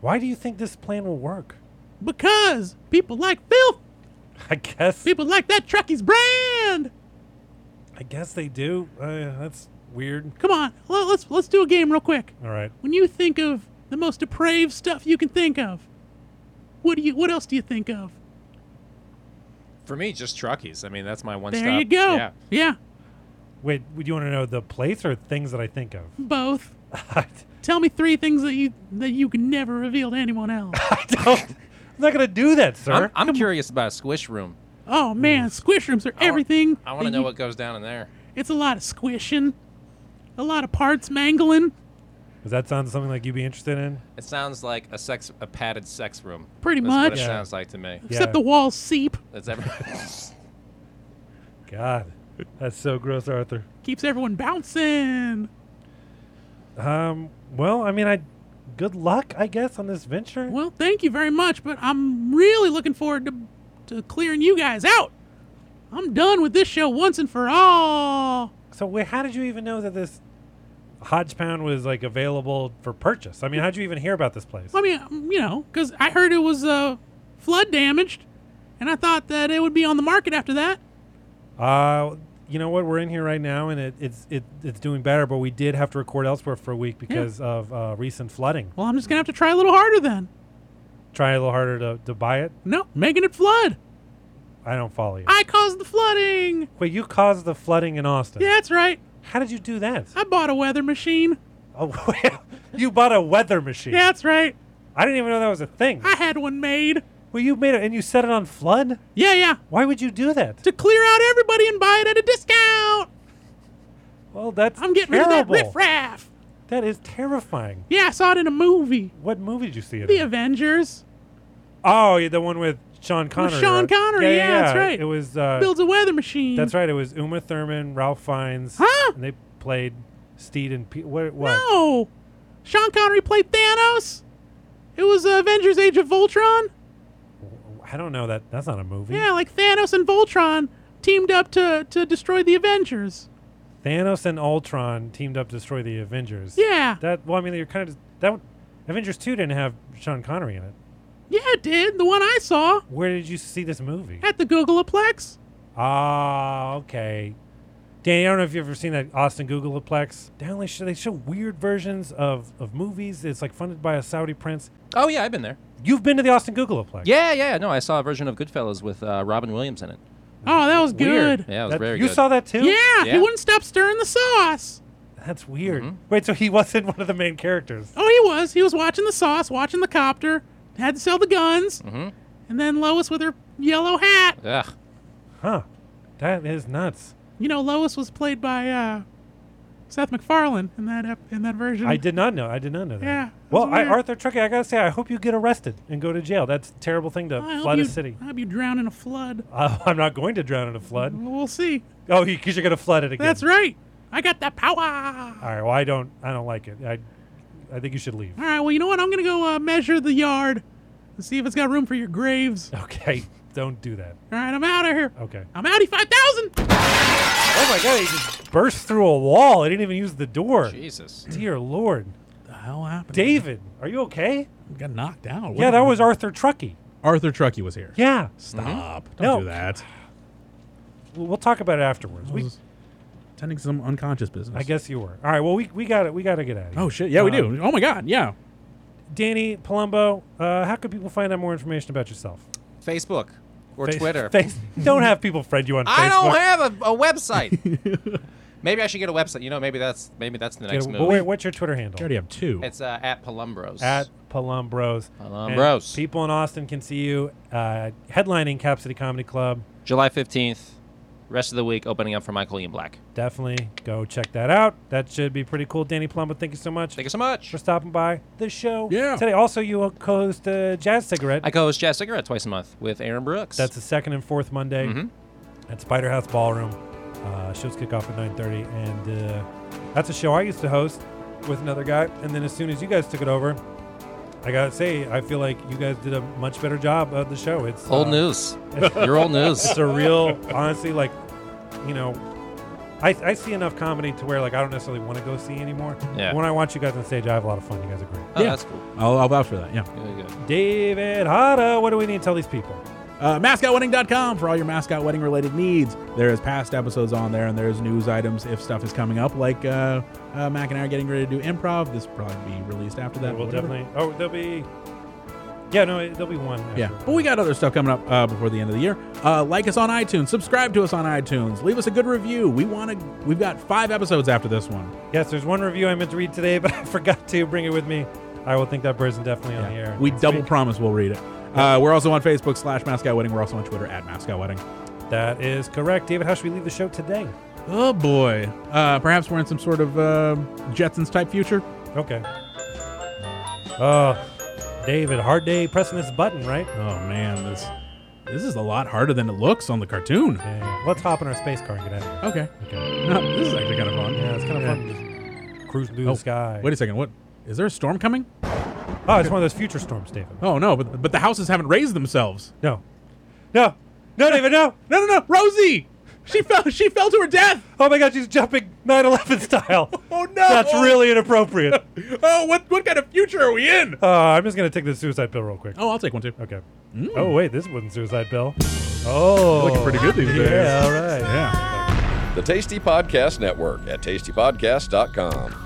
Speaker 1: Why do you think this plan will work?
Speaker 4: Because people like filth.
Speaker 1: I guess.
Speaker 4: People like that Truckies brand.
Speaker 1: I guess they do. Uh, that's weird.
Speaker 4: Come on, let- let's let's do a game real quick.
Speaker 1: All right.
Speaker 4: When you think of the most depraved stuff you can think of, what do you? What else do you think of?
Speaker 3: For me, just truckies. I mean, that's my one.
Speaker 4: There
Speaker 3: stop.
Speaker 4: you go.
Speaker 3: Yeah.
Speaker 1: Wait, would you want to know the place or things that I think of?
Speaker 4: both.
Speaker 1: I,
Speaker 4: Tell me three things that you that you can never reveal to anyone else.
Speaker 1: don't. I'm not gonna do that, sir.
Speaker 3: I'm, I'm curious about a squish room.
Speaker 4: oh man, squish rooms are everything.
Speaker 3: Hmm. I want
Speaker 4: that
Speaker 3: to know
Speaker 4: you-
Speaker 3: what goes down in there.
Speaker 4: It's a lot of squishing, a lot of parts mangling.
Speaker 1: Does that sound something like you'd be interested in?
Speaker 3: It sounds like a sex, a padded sex room.
Speaker 4: Pretty
Speaker 3: That's what
Speaker 4: much.
Speaker 3: it
Speaker 1: Yeah.
Speaker 3: sounds like to me.
Speaker 1: Yeah.
Speaker 4: Except the walls seep,
Speaker 3: That's every.
Speaker 1: God, that's so gross, Arthur.
Speaker 4: keeps everyone bouncing.
Speaker 1: Um, well, I mean, I. Good luck, I guess, on this venture.
Speaker 4: Well, thank you very much, but I'm really looking forward to to clearing you guys out. I'm done with this show once and for all.
Speaker 1: So, wait, how did you even know that this Hodge Pound was like available for purchase? I mean, how did you even hear about this place?
Speaker 4: I mean, um, you know, because I heard it was uh, flood damaged, and I thought that it would be on the market after that.
Speaker 1: Uh, you know what? We're in here right now, and it, it's it, it's doing better. But we did have to record elsewhere for a week because of uh, recent flooding.
Speaker 4: Well, I'm just gonna have to try a little harder then.
Speaker 1: Try a little harder to, to buy it.
Speaker 4: No, making it flood.
Speaker 1: I don't follow you.
Speaker 4: I caused the flooding.
Speaker 1: Wait, you caused the flooding in Austin.
Speaker 4: Yeah, that's right.
Speaker 1: How did you do that?
Speaker 4: I bought a weather machine.
Speaker 1: Oh, you bought a weather machine.
Speaker 4: Yeah, that's right.
Speaker 1: I didn't even know that was a thing.
Speaker 4: I had one made.
Speaker 1: Well, you made it and you set it on flood.
Speaker 4: Yeah, yeah.
Speaker 1: Why would you do that?
Speaker 4: To clear out everybody and buy it at a discount.
Speaker 1: Well, that's
Speaker 4: I'm getting
Speaker 1: terrible.
Speaker 4: rid of that riffraff.
Speaker 1: That is terrifying.
Speaker 4: Yeah, I saw it in a movie.
Speaker 1: What movie did you see it
Speaker 4: The
Speaker 1: in?
Speaker 4: Avengers.
Speaker 1: Oh, yeah, the one with Sean Connery.
Speaker 4: Sean
Speaker 1: right? Yeah,
Speaker 4: Connery, yeah, that's right.
Speaker 1: It was. Uh,
Speaker 4: Builds a weather machine.
Speaker 1: that's right. It was Uma Thurman, Ralph Fiennes,
Speaker 4: Huh?
Speaker 1: and they played Steed and Pete. What? what?
Speaker 4: No, Sean Connery played Thanos. It was Avengers: Age of Voltron.
Speaker 1: I don't know that. That's not a movie.
Speaker 4: Yeah, like Thanos and Voltron teamed up to to destroy the Avengers.
Speaker 1: Thanos and Ultron teamed up to destroy the Avengers.
Speaker 4: Yeah,
Speaker 1: That. Well, I mean, you're kind of that. one- Avengers two didn't have Sean Connery in it.
Speaker 4: yeah, it did. The one I saw
Speaker 1: Where did you see this movie?
Speaker 4: at the Googleplex.
Speaker 1: Ah, okay. Danny, I don't know if you've ever seen that Austin Googleplex. Down they show, they show weird versions of, of movies. It's like funded by a Saudi prince.
Speaker 3: Oh yeah, I've been there.
Speaker 1: You've been to the Austin Googleplex.
Speaker 3: Yeah, yeah. No, I saw a version of Goodfellas with uh, Robin Williams in it.
Speaker 4: Oh, that was
Speaker 3: Weird.
Speaker 4: good.
Speaker 3: Yeah, it was
Speaker 1: That-
Speaker 3: very
Speaker 1: you
Speaker 3: good.
Speaker 1: saw that too?
Speaker 4: Yeah, he
Speaker 3: Yeah.
Speaker 4: wouldn't stop stirring the sauce.
Speaker 1: That's weird.
Speaker 3: Mm-hmm.
Speaker 1: Wait, so he wasn't one of the main characters.
Speaker 4: Oh, he was. He was watching the sauce, watching the copter. Had to sell the guns,
Speaker 3: Mhm.
Speaker 4: and then Lois with her yellow hat.
Speaker 3: Ugh.
Speaker 1: Huh. That is nuts.
Speaker 4: You know, Lois was played by uh, Seth MacFarlane in that ep- in that version.
Speaker 1: I did not know. I did not know that.
Speaker 4: Yeah,
Speaker 1: Well,
Speaker 4: that's
Speaker 1: I,
Speaker 4: weird.
Speaker 1: Arthur Truckee, I gotta say, I hope you get arrested and go to jail. That's a terrible thing to
Speaker 4: I hope
Speaker 1: fly to
Speaker 4: you-
Speaker 1: city.
Speaker 4: I hope you drown in a flood.
Speaker 1: Uh, I'm not going to drown in a flood.
Speaker 4: We'll see.
Speaker 1: Oh, because you're gonna flood it again.
Speaker 4: Mm-hmm. That's right. I got that power.
Speaker 1: All right. Well, I don't. I don't like it. I. I think you should leave.
Speaker 4: All right. Well, you know what? I'm gonna go uh, measure the yard and see if it's got room for your graves. All
Speaker 1: Okay. Don't do that.
Speaker 4: right. I'm out of here.
Speaker 1: Okay.
Speaker 4: I'm outie five thousand.
Speaker 1: Oh my god, he just burst through a wall. I didn't even use the door.
Speaker 3: Jesus.
Speaker 1: Dear Lord.
Speaker 4: The hell happened?
Speaker 1: David, are you okay?
Speaker 4: got knocked out.
Speaker 1: Yeah, that was Arthur Truckee.
Speaker 2: Arthur Truckee was here.
Speaker 1: Yeah.
Speaker 2: Stop.
Speaker 4: Mm-hmm.
Speaker 2: Don't
Speaker 1: No.
Speaker 2: do that.
Speaker 1: We'll we'll talk about it afterwards.
Speaker 2: I
Speaker 1: We,
Speaker 2: was attending some unconscious business.
Speaker 1: I guess you were. All right, well we we got it. We got to get out of here.
Speaker 2: Oh shit.
Speaker 4: Uh,
Speaker 2: Yeah, we
Speaker 1: Um,
Speaker 2: do. Oh my god. Yeah.
Speaker 1: Danny Palumbo, uh, how can people find out more information about yourself?
Speaker 3: Facebook or
Speaker 1: Face-
Speaker 3: Twitter.
Speaker 1: Face, don't have people friend you on Facebook.
Speaker 3: I don't have a, a website. maybe I should get a website. You know, maybe that's maybe that's the
Speaker 1: Get
Speaker 3: next
Speaker 1: a-
Speaker 3: move.
Speaker 1: wait, what's your Twitter handle?
Speaker 2: You already have two.
Speaker 3: It's uh, at Palumbros.
Speaker 1: at Palumbros.
Speaker 3: Palumbros.
Speaker 1: And People in Austin can see you uh, headlining Cap City Comedy Club.
Speaker 3: July fifteenth. Rest of the week opening up for Michael Ian Black.
Speaker 1: Definitely go check that out. That should be pretty cool. Danny Palumbo, thank you so much
Speaker 3: Thank you so much.
Speaker 1: for stopping by the show
Speaker 2: Yeah.
Speaker 1: today. Also, you co-host uh, Jazz Cigarette.
Speaker 3: I co-host Jazz Cigarette twice a month with Aaron Brooks.
Speaker 1: That's the second and fourth Monday
Speaker 3: Mhm.
Speaker 1: at Spider House Ballroom. Uh, shows kick off at 9:30, and uh, that's a show I used to host with another guy. And then as soon as you guys took it over, I gotta say, I feel like you guys did a much better job of the show. It's
Speaker 3: old
Speaker 1: uh,
Speaker 3: news. You're old news.
Speaker 1: It's a real, honestly, like you know, I, I see enough comedy to where like I don't necessarily want to go see anymore.
Speaker 3: Yeah.
Speaker 1: When I watch you guys on stage, I have a lot of fun. You guys are great.
Speaker 3: Oh,
Speaker 2: Yeah.
Speaker 3: that's cool.
Speaker 2: I'll, I'll vouch for that. Yeah.
Speaker 3: Really good.
Speaker 1: David Hara, what do we need to tell these people?
Speaker 2: Uh, MascotWedding.com for all your mascot wedding related needs. There is past episodes on there, and there's news items if stuff is coming up. Like uh, uh, Mac and I are getting ready to do improv. This will probably be released after that.
Speaker 1: we'll
Speaker 2: but whatever.
Speaker 1: definitely. Oh, there'll be. Yeah, no, it- there'll be one.
Speaker 2: Yeah,
Speaker 1: after.
Speaker 2: but we got other stuff coming up uh, before the end of the year. Uh, like us on iTunes, subscribe to us on iTunes, leave us a good review. We want to. We've got five episodes after this one.
Speaker 1: Yes, there's one review I meant to read today, but I forgot to bring it with me. I will think that person definitely on the air.
Speaker 2: We
Speaker 1: next
Speaker 2: double
Speaker 1: week.
Speaker 2: promise we'll read it. Uh, we're also on Facebook slash Mascot Wedding. We're also on Twitter at Mascot Wedding.
Speaker 1: that is correct, David. How should we leave the show today?
Speaker 2: Oh boy. Uh, perhaps we're in some sort of uh, Jetsons type future.
Speaker 1: Okay. Oh, David, hard day pressing this button, right?
Speaker 2: Oh man, this this is a lot harder than it looks on the cartoon.
Speaker 1: Yeah, yeah. Let's hop in our space car and get out of
Speaker 2: Okay.
Speaker 1: here. Okay.
Speaker 2: No, this is actually kind of fun.
Speaker 1: Yeah, it's kind of fun. Just cruising through
Speaker 2: Oh,
Speaker 1: the sky.
Speaker 2: Wait a second. What? Is there a storm coming?
Speaker 1: oh, it's one of those future storms, David.
Speaker 2: Oh no, but but the houses haven't raised themselves.
Speaker 1: No. No. No, David, no.
Speaker 2: No, no, no, Rosie. She fell. She fell to her death.
Speaker 1: Oh my God, she's jumping 9 11 style.
Speaker 2: Oh, no.
Speaker 1: That's really inappropriate.
Speaker 2: Oh, what what kind of future are we in?
Speaker 1: Uh, I'm just going to take the suicide pill real quick.
Speaker 2: Oh, I'll take one too.
Speaker 1: Okay. Oh wait, this wasn't suicide pill. Oh,
Speaker 2: Mm. Looking pretty good these days.
Speaker 1: Yeah, all right.
Speaker 2: Yeah.
Speaker 6: The Tasty Podcast Network at tastypodcast.com.